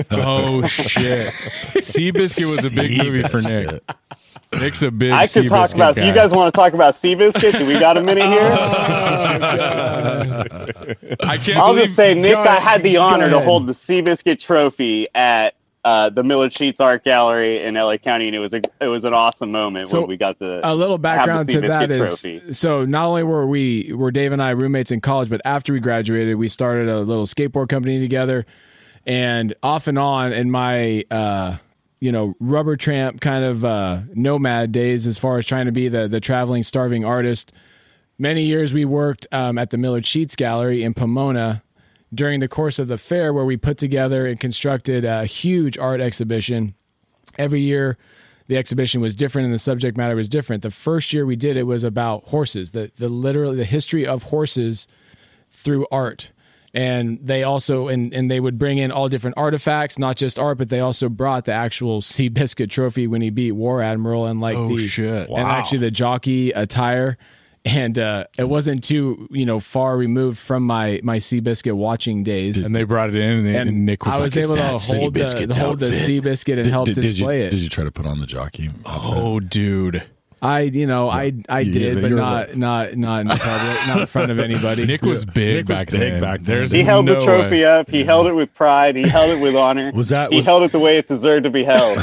[SPEAKER 1] Oh shit! Seabiscuit was a big movie for Nick. Nick's a big.
[SPEAKER 7] I could talk
[SPEAKER 1] Seabiscuit
[SPEAKER 7] about.
[SPEAKER 1] guy.
[SPEAKER 7] You guys want to talk about Seabiscuit? Do we got a minute here?
[SPEAKER 1] I can't.
[SPEAKER 7] I'll
[SPEAKER 1] believe,
[SPEAKER 7] just say, Nick,
[SPEAKER 5] go
[SPEAKER 7] I had the honor to
[SPEAKER 5] ahead.
[SPEAKER 7] hold the Seabiscuit trophy at. Uh, the Miller Sheets Art Gallery in LA County, and it was a it was an awesome moment
[SPEAKER 5] So,
[SPEAKER 7] when we got the
[SPEAKER 5] A little background to
[SPEAKER 7] Seabiscuit
[SPEAKER 5] that is
[SPEAKER 7] trophy.
[SPEAKER 5] so not only were we were Dave and I roommates in college, but after we graduated, we started a little skateboard company together, and off and on in my uh, you know rubber tramp kind of uh, nomad days, as far as trying to be the the traveling starving artist. Many years we worked um, at the Millard Sheets Gallery in Pomona during the course of the fair, where we put together and constructed a huge art exhibition. every year the exhibition was different and the subject matter was different. The first year we did it was about horses, the the literally the history of horses through art. And they also and and they would bring in all different artifacts, not just art, but they also brought the actual Sea Biscuit trophy when he beat War Admiral and like
[SPEAKER 1] Oh,
[SPEAKER 5] the
[SPEAKER 1] shit.
[SPEAKER 5] and actually the jockey attire. And uh, it wasn't too, you know, far removed from my my Seabiscuit watching days.
[SPEAKER 1] And they brought it in, and, they- and Nick was
[SPEAKER 5] I
[SPEAKER 1] like,
[SPEAKER 5] was
[SPEAKER 1] "Is
[SPEAKER 5] able to
[SPEAKER 1] that
[SPEAKER 5] hold the
[SPEAKER 1] Seabiscuit's
[SPEAKER 5] hold the
[SPEAKER 1] outfit?"
[SPEAKER 5] Seabiscuit and help
[SPEAKER 4] did, did
[SPEAKER 5] display
[SPEAKER 4] you,
[SPEAKER 5] it.
[SPEAKER 4] Did you try to put on the jockey? outfit?
[SPEAKER 1] Oh, dude.
[SPEAKER 5] I, you know, I, I
[SPEAKER 4] You-
[SPEAKER 5] did, but
[SPEAKER 4] you're
[SPEAKER 5] not,
[SPEAKER 4] right.
[SPEAKER 5] not, not in public, not in front of anybody.
[SPEAKER 1] Nick was big
[SPEAKER 4] Nick was
[SPEAKER 1] back
[SPEAKER 4] big
[SPEAKER 1] then.
[SPEAKER 4] back then.
[SPEAKER 1] There's
[SPEAKER 7] He held
[SPEAKER 1] no
[SPEAKER 7] the trophy
[SPEAKER 1] way.
[SPEAKER 7] up. He held it with pride. He held it with honor.
[SPEAKER 4] Was that-
[SPEAKER 7] He
[SPEAKER 4] was-
[SPEAKER 7] held it the way it deserved to be held.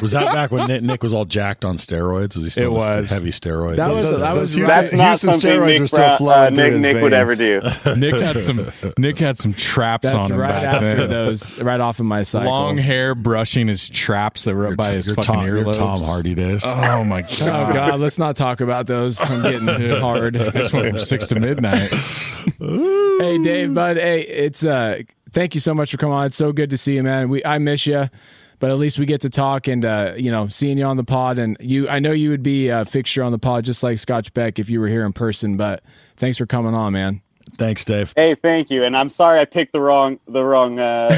[SPEAKER 4] Was that back when Nick, Nick was all jacked on steroids? Was he still
[SPEAKER 3] It
[SPEAKER 4] on st-
[SPEAKER 3] was.
[SPEAKER 4] heavy steroids?
[SPEAKER 5] That was-
[SPEAKER 3] Those-
[SPEAKER 5] that
[SPEAKER 3] those
[SPEAKER 5] was
[SPEAKER 3] Houston,
[SPEAKER 7] That's not
[SPEAKER 3] Houston
[SPEAKER 7] something
[SPEAKER 3] steroids
[SPEAKER 7] Nick,
[SPEAKER 3] were still
[SPEAKER 7] Bra-
[SPEAKER 3] flowing
[SPEAKER 7] uh,
[SPEAKER 3] through
[SPEAKER 7] Nick,
[SPEAKER 3] his
[SPEAKER 7] Nick would
[SPEAKER 3] veins.
[SPEAKER 7] ever do.
[SPEAKER 1] Nick had some Nick had some traps
[SPEAKER 5] That's
[SPEAKER 1] on him
[SPEAKER 5] right
[SPEAKER 1] back
[SPEAKER 5] after
[SPEAKER 1] then.
[SPEAKER 5] those, right off of my cycle.
[SPEAKER 1] Long hair brushing his traps that were up
[SPEAKER 4] Your
[SPEAKER 1] by
[SPEAKER 4] Tom-
[SPEAKER 1] his
[SPEAKER 4] your
[SPEAKER 1] fucking
[SPEAKER 4] Tom, your
[SPEAKER 1] earlobes.
[SPEAKER 4] Tom Hardy days.
[SPEAKER 1] Oh my god!
[SPEAKER 5] Oh God, let's not talk about those. I'm getting hard.
[SPEAKER 1] This one from six to midnight.
[SPEAKER 5] hey Dave, bud. Hey, it's uh, thank you so much for coming on. It's so good to see you, man. We I miss you, but at least we get to talk and uh, you know, seeing you on the pod and you. I know you would be a fixture on the pod just like Scotch Beck if you were here in person. But thanks for coming on, man.
[SPEAKER 4] Thanks, Dave.
[SPEAKER 7] Hey, thank you. And I'm sorry I picked the wrong the wrong uh,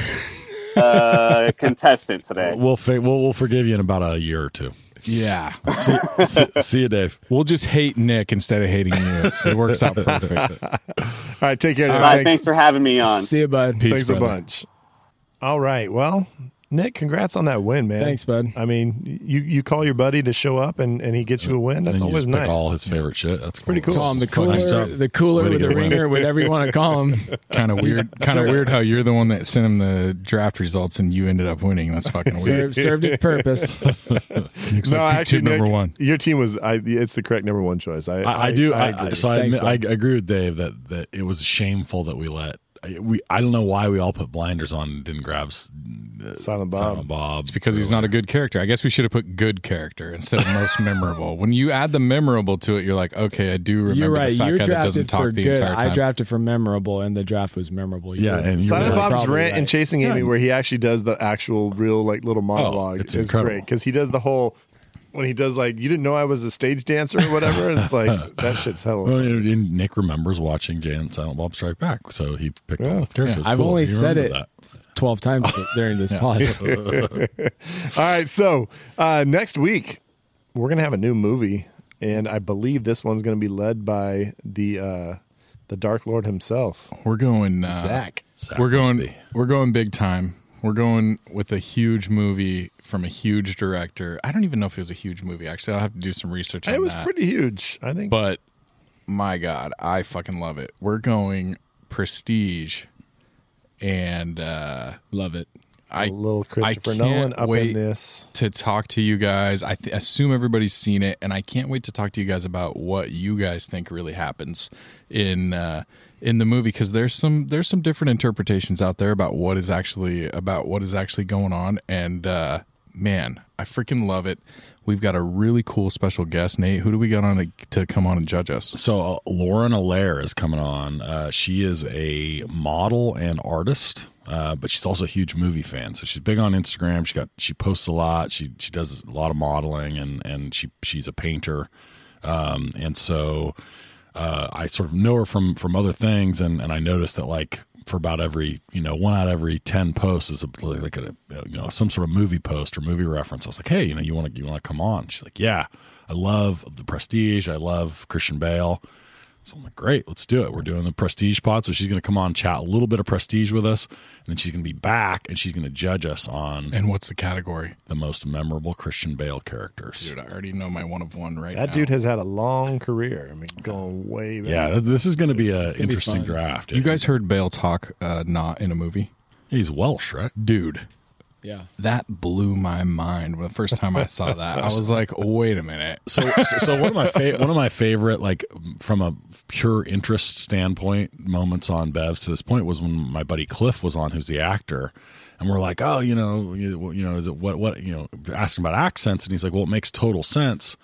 [SPEAKER 7] uh, contestant today.
[SPEAKER 4] We'll, fi- we'll we'll forgive you in about a year or two.
[SPEAKER 1] Yeah,
[SPEAKER 4] See, see, see you, Dave.
[SPEAKER 1] we'll just hate Nick instead of hating you. It works out perfect.
[SPEAKER 3] All right, take care. Nick.
[SPEAKER 7] Bye,
[SPEAKER 3] Thanks-
[SPEAKER 7] thanks for having me on.
[SPEAKER 5] See you, bud.
[SPEAKER 1] Peace,
[SPEAKER 3] Thanks a
[SPEAKER 1] brother.
[SPEAKER 3] bunch. All right. Well, Nick, congrats on that win, man.
[SPEAKER 5] Thanks, bud.
[SPEAKER 3] I mean, you you call your buddy to show up and, and he gets you a win. That's
[SPEAKER 4] and you
[SPEAKER 3] always
[SPEAKER 4] just
[SPEAKER 3] nice.
[SPEAKER 4] pick all his favorite shit. That's
[SPEAKER 3] Pretty cool.
[SPEAKER 5] Call him the
[SPEAKER 4] Fuck, nice
[SPEAKER 5] cooler,
[SPEAKER 4] job.
[SPEAKER 5] the cooler
[SPEAKER 4] Way to
[SPEAKER 5] with the
[SPEAKER 4] get a win.
[SPEAKER 5] ringer, whatever you want to call him.
[SPEAKER 1] Kind of weird. Kind of
[SPEAKER 5] Sir.
[SPEAKER 1] weird how you're the one that sent him the draft results and you ended up winning. That's fucking weird.
[SPEAKER 5] Served, served its purpose.
[SPEAKER 1] Nick's like, "Pick two, number
[SPEAKER 3] Nick,
[SPEAKER 1] one.
[SPEAKER 3] Your team was. I, it's the correct number one choice. I
[SPEAKER 4] I, I do. I,
[SPEAKER 3] agree.
[SPEAKER 4] I- so I,
[SPEAKER 5] Thanks,
[SPEAKER 4] admit, I agree with Dave that, that it was shameful that we let I- we. I don't know why we all put blinders on and didn't grab s-
[SPEAKER 3] Silent Bob.
[SPEAKER 4] Silent Bob. It's
[SPEAKER 1] Because he's not a good character. I guess we should have put good character instead of most memorable. When you add the memorable to it, you're like, okay, I do remember
[SPEAKER 5] You're right.
[SPEAKER 1] the fat
[SPEAKER 5] You're
[SPEAKER 1] guy that doesn't
[SPEAKER 5] drafted
[SPEAKER 1] talk
[SPEAKER 5] for
[SPEAKER 1] the
[SPEAKER 5] good.
[SPEAKER 1] entire time.
[SPEAKER 5] I drafted for memorable, and the draft was memorable. You
[SPEAKER 4] Yeah,
[SPEAKER 5] were-
[SPEAKER 4] and you
[SPEAKER 3] Silent
[SPEAKER 4] were
[SPEAKER 5] right.
[SPEAKER 3] Bob's
[SPEAKER 5] Probably
[SPEAKER 3] rant
[SPEAKER 5] right.
[SPEAKER 3] and chasing Amy, where he actually does the actual real like
[SPEAKER 1] Oh,
[SPEAKER 3] little monologue,
[SPEAKER 4] it's
[SPEAKER 3] is
[SPEAKER 4] incredible.
[SPEAKER 3] great because he does the whole when he does like you didn't know I was a stage dancer or whatever. and it's like that shit's
[SPEAKER 4] Well,
[SPEAKER 3] hella.
[SPEAKER 4] and- and Nick remembers watching Jan Silent Bob Strike Back, so he picked all his characters.
[SPEAKER 5] I've
[SPEAKER 4] Cool.
[SPEAKER 5] only
[SPEAKER 4] You
[SPEAKER 5] said it
[SPEAKER 4] remember that.
[SPEAKER 5] twelve times during this pod.
[SPEAKER 3] All right, so uh, next week we're gonna have a new movie, and I believe this one's gonna be led by the uh, the Dark Lord himself,
[SPEAKER 1] We're going uh,
[SPEAKER 3] Zach.
[SPEAKER 4] Zach
[SPEAKER 1] We're going.
[SPEAKER 4] Mosby.
[SPEAKER 1] We're going big time. We're going with a huge movie from a huge director. I don't even know if it was a huge movie. Actually, I'll have to do some research. on
[SPEAKER 3] It was
[SPEAKER 1] that.
[SPEAKER 3] pretty huge, I think.
[SPEAKER 1] But my God, I fucking love it. We're going Prestige, and uh,
[SPEAKER 5] Love it.
[SPEAKER 1] I
[SPEAKER 3] a little Christopher
[SPEAKER 1] can't
[SPEAKER 3] Nolan up
[SPEAKER 1] wait
[SPEAKER 3] in this.
[SPEAKER 1] to talk to you guys. I th- assume everybody's seen it, and I can't wait to talk to you guys about what you guys think really happens in uh, in the movie because there's some there's some different interpretations out there about what is actually about what is actually going on. And uh, man, I freaking love it. We've got a really cool special guest, Nate. Who do we got on to, to come on and judge us?
[SPEAKER 4] So uh, Lauren Allaire is coming on. Uh, she is a model and artist, uh, but she's also a huge movie fan. So she's big on Instagram. She got she posts a lot. She she does a lot of modeling and and she she's a painter. Um, and so uh, I sort of know her from from other things, and and I noticed that like for about every you know one out of every ten posts is a, like a you know some sort of movie post or movie reference. I was like, hey, you know, you want to you want to come on? She's like, yeah, I love the Prestige. I love Christian Bale. So I'm like, great, let's do it. We're doing the prestige pod. So she's going to come on, and chat a little bit of prestige with us, and then she's going to be back and she's going to judge us on
[SPEAKER 1] And what's the category?
[SPEAKER 4] the most memorable Christian Bale characters.
[SPEAKER 1] Dude, I already know my one of one right
[SPEAKER 3] That
[SPEAKER 1] now.
[SPEAKER 3] dude has had a long career. I mean, going way back.
[SPEAKER 4] yeah, th- this is going to be an
[SPEAKER 5] be
[SPEAKER 4] interesting
[SPEAKER 5] fun.
[SPEAKER 4] draft.
[SPEAKER 1] You guys heard Bale talk uh, not in a movie,
[SPEAKER 4] he's Welsh, right?
[SPEAKER 1] dude.
[SPEAKER 5] Yeah.
[SPEAKER 1] That blew my mind when the first time I saw that. I was like, wait a minute.
[SPEAKER 4] So, so, so one of my fa- one of my favorite, like from a pure interest standpoint, moments on Bev's to this point was when my buddy Cliff was on, who's the actor, and we're like, oh, you know, you, you know, is it what what you know, asking about accents, and he's like, well, it makes total sense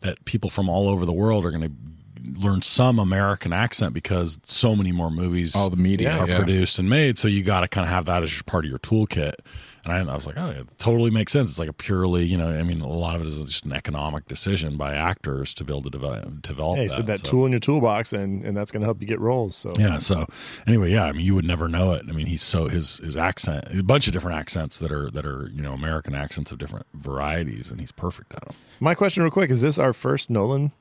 [SPEAKER 4] that people from all over the world are going to learn some American accent because so many more movies
[SPEAKER 1] All the media,
[SPEAKER 4] are
[SPEAKER 1] yeah.
[SPEAKER 4] produced and made. So you got to kind of have that as your part of your toolkit. And I, I was like, oh, it totally makes sense. It's like a purely, you know, I mean, a lot of it is just an economic decision by actors to be able to develop, develop
[SPEAKER 3] Hey,
[SPEAKER 4] that.
[SPEAKER 3] so that
[SPEAKER 4] So-
[SPEAKER 3] tool in your toolbox, and and that's going to help you get roles. So
[SPEAKER 4] yeah. So anyway, yeah. I mean, you would never know it. I mean, he's so his his accent, a bunch of different accents that are that are you know American accents of different varieties, and he's perfect at them.
[SPEAKER 3] my question, real quick, is this our first Nolan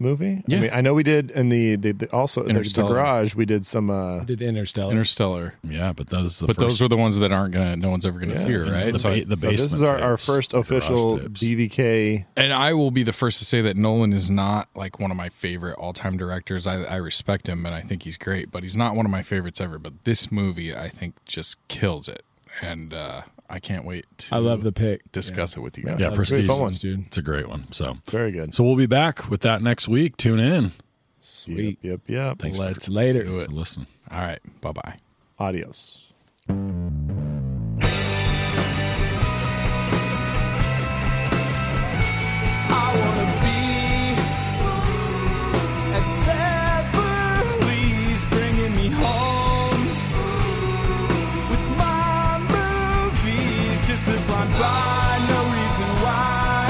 [SPEAKER 3] movie?
[SPEAKER 1] Yeah.
[SPEAKER 3] I mean, I know we did in the, the, the also the, the
[SPEAKER 1] Interstellar.
[SPEAKER 3] garage. We did some. uh
[SPEAKER 5] Did Interstellar.
[SPEAKER 1] Interstellar.
[SPEAKER 4] Yeah, but those the
[SPEAKER 1] But
[SPEAKER 4] first,
[SPEAKER 1] those are the ones that aren't gonna. No one's ever gonna
[SPEAKER 3] Yeah.
[SPEAKER 1] hear, right?
[SPEAKER 4] the,
[SPEAKER 1] So I-
[SPEAKER 4] ba- the
[SPEAKER 3] So
[SPEAKER 4] basement.
[SPEAKER 3] this is our, our
[SPEAKER 4] tapes,
[SPEAKER 3] first
[SPEAKER 4] garage
[SPEAKER 3] official
[SPEAKER 4] tapes.
[SPEAKER 3] DVK.
[SPEAKER 1] and I will be the first to say that Nolan is not like one of my favorite all-time directors. I, I respect him and I think he's great, but he's not one of my favorites ever. But this movie, I think, just kills it, and uh, I can't wait to
[SPEAKER 5] I love the pick.
[SPEAKER 1] discuss it with you guys.
[SPEAKER 4] Yeah,
[SPEAKER 3] That's a great
[SPEAKER 4] Prestige.
[SPEAKER 3] fun uh, one.
[SPEAKER 5] dude.
[SPEAKER 4] It's a great one. So
[SPEAKER 3] Very good.
[SPEAKER 4] so we'll be back with that next week. Tune in.
[SPEAKER 3] Yep,
[SPEAKER 5] Sweet.
[SPEAKER 3] yep, yep.
[SPEAKER 4] Thanks.
[SPEAKER 5] Let's later.
[SPEAKER 4] Do it. Listen.
[SPEAKER 1] All right, bye bye.
[SPEAKER 3] Adios.
[SPEAKER 2] I wanna be at Beverly's, bringing me home with my movies. Just a blind ride, no reason why.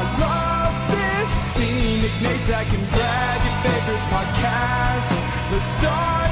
[SPEAKER 2] I love this scene. It Nate, I can brag your favorite podcast. Let's start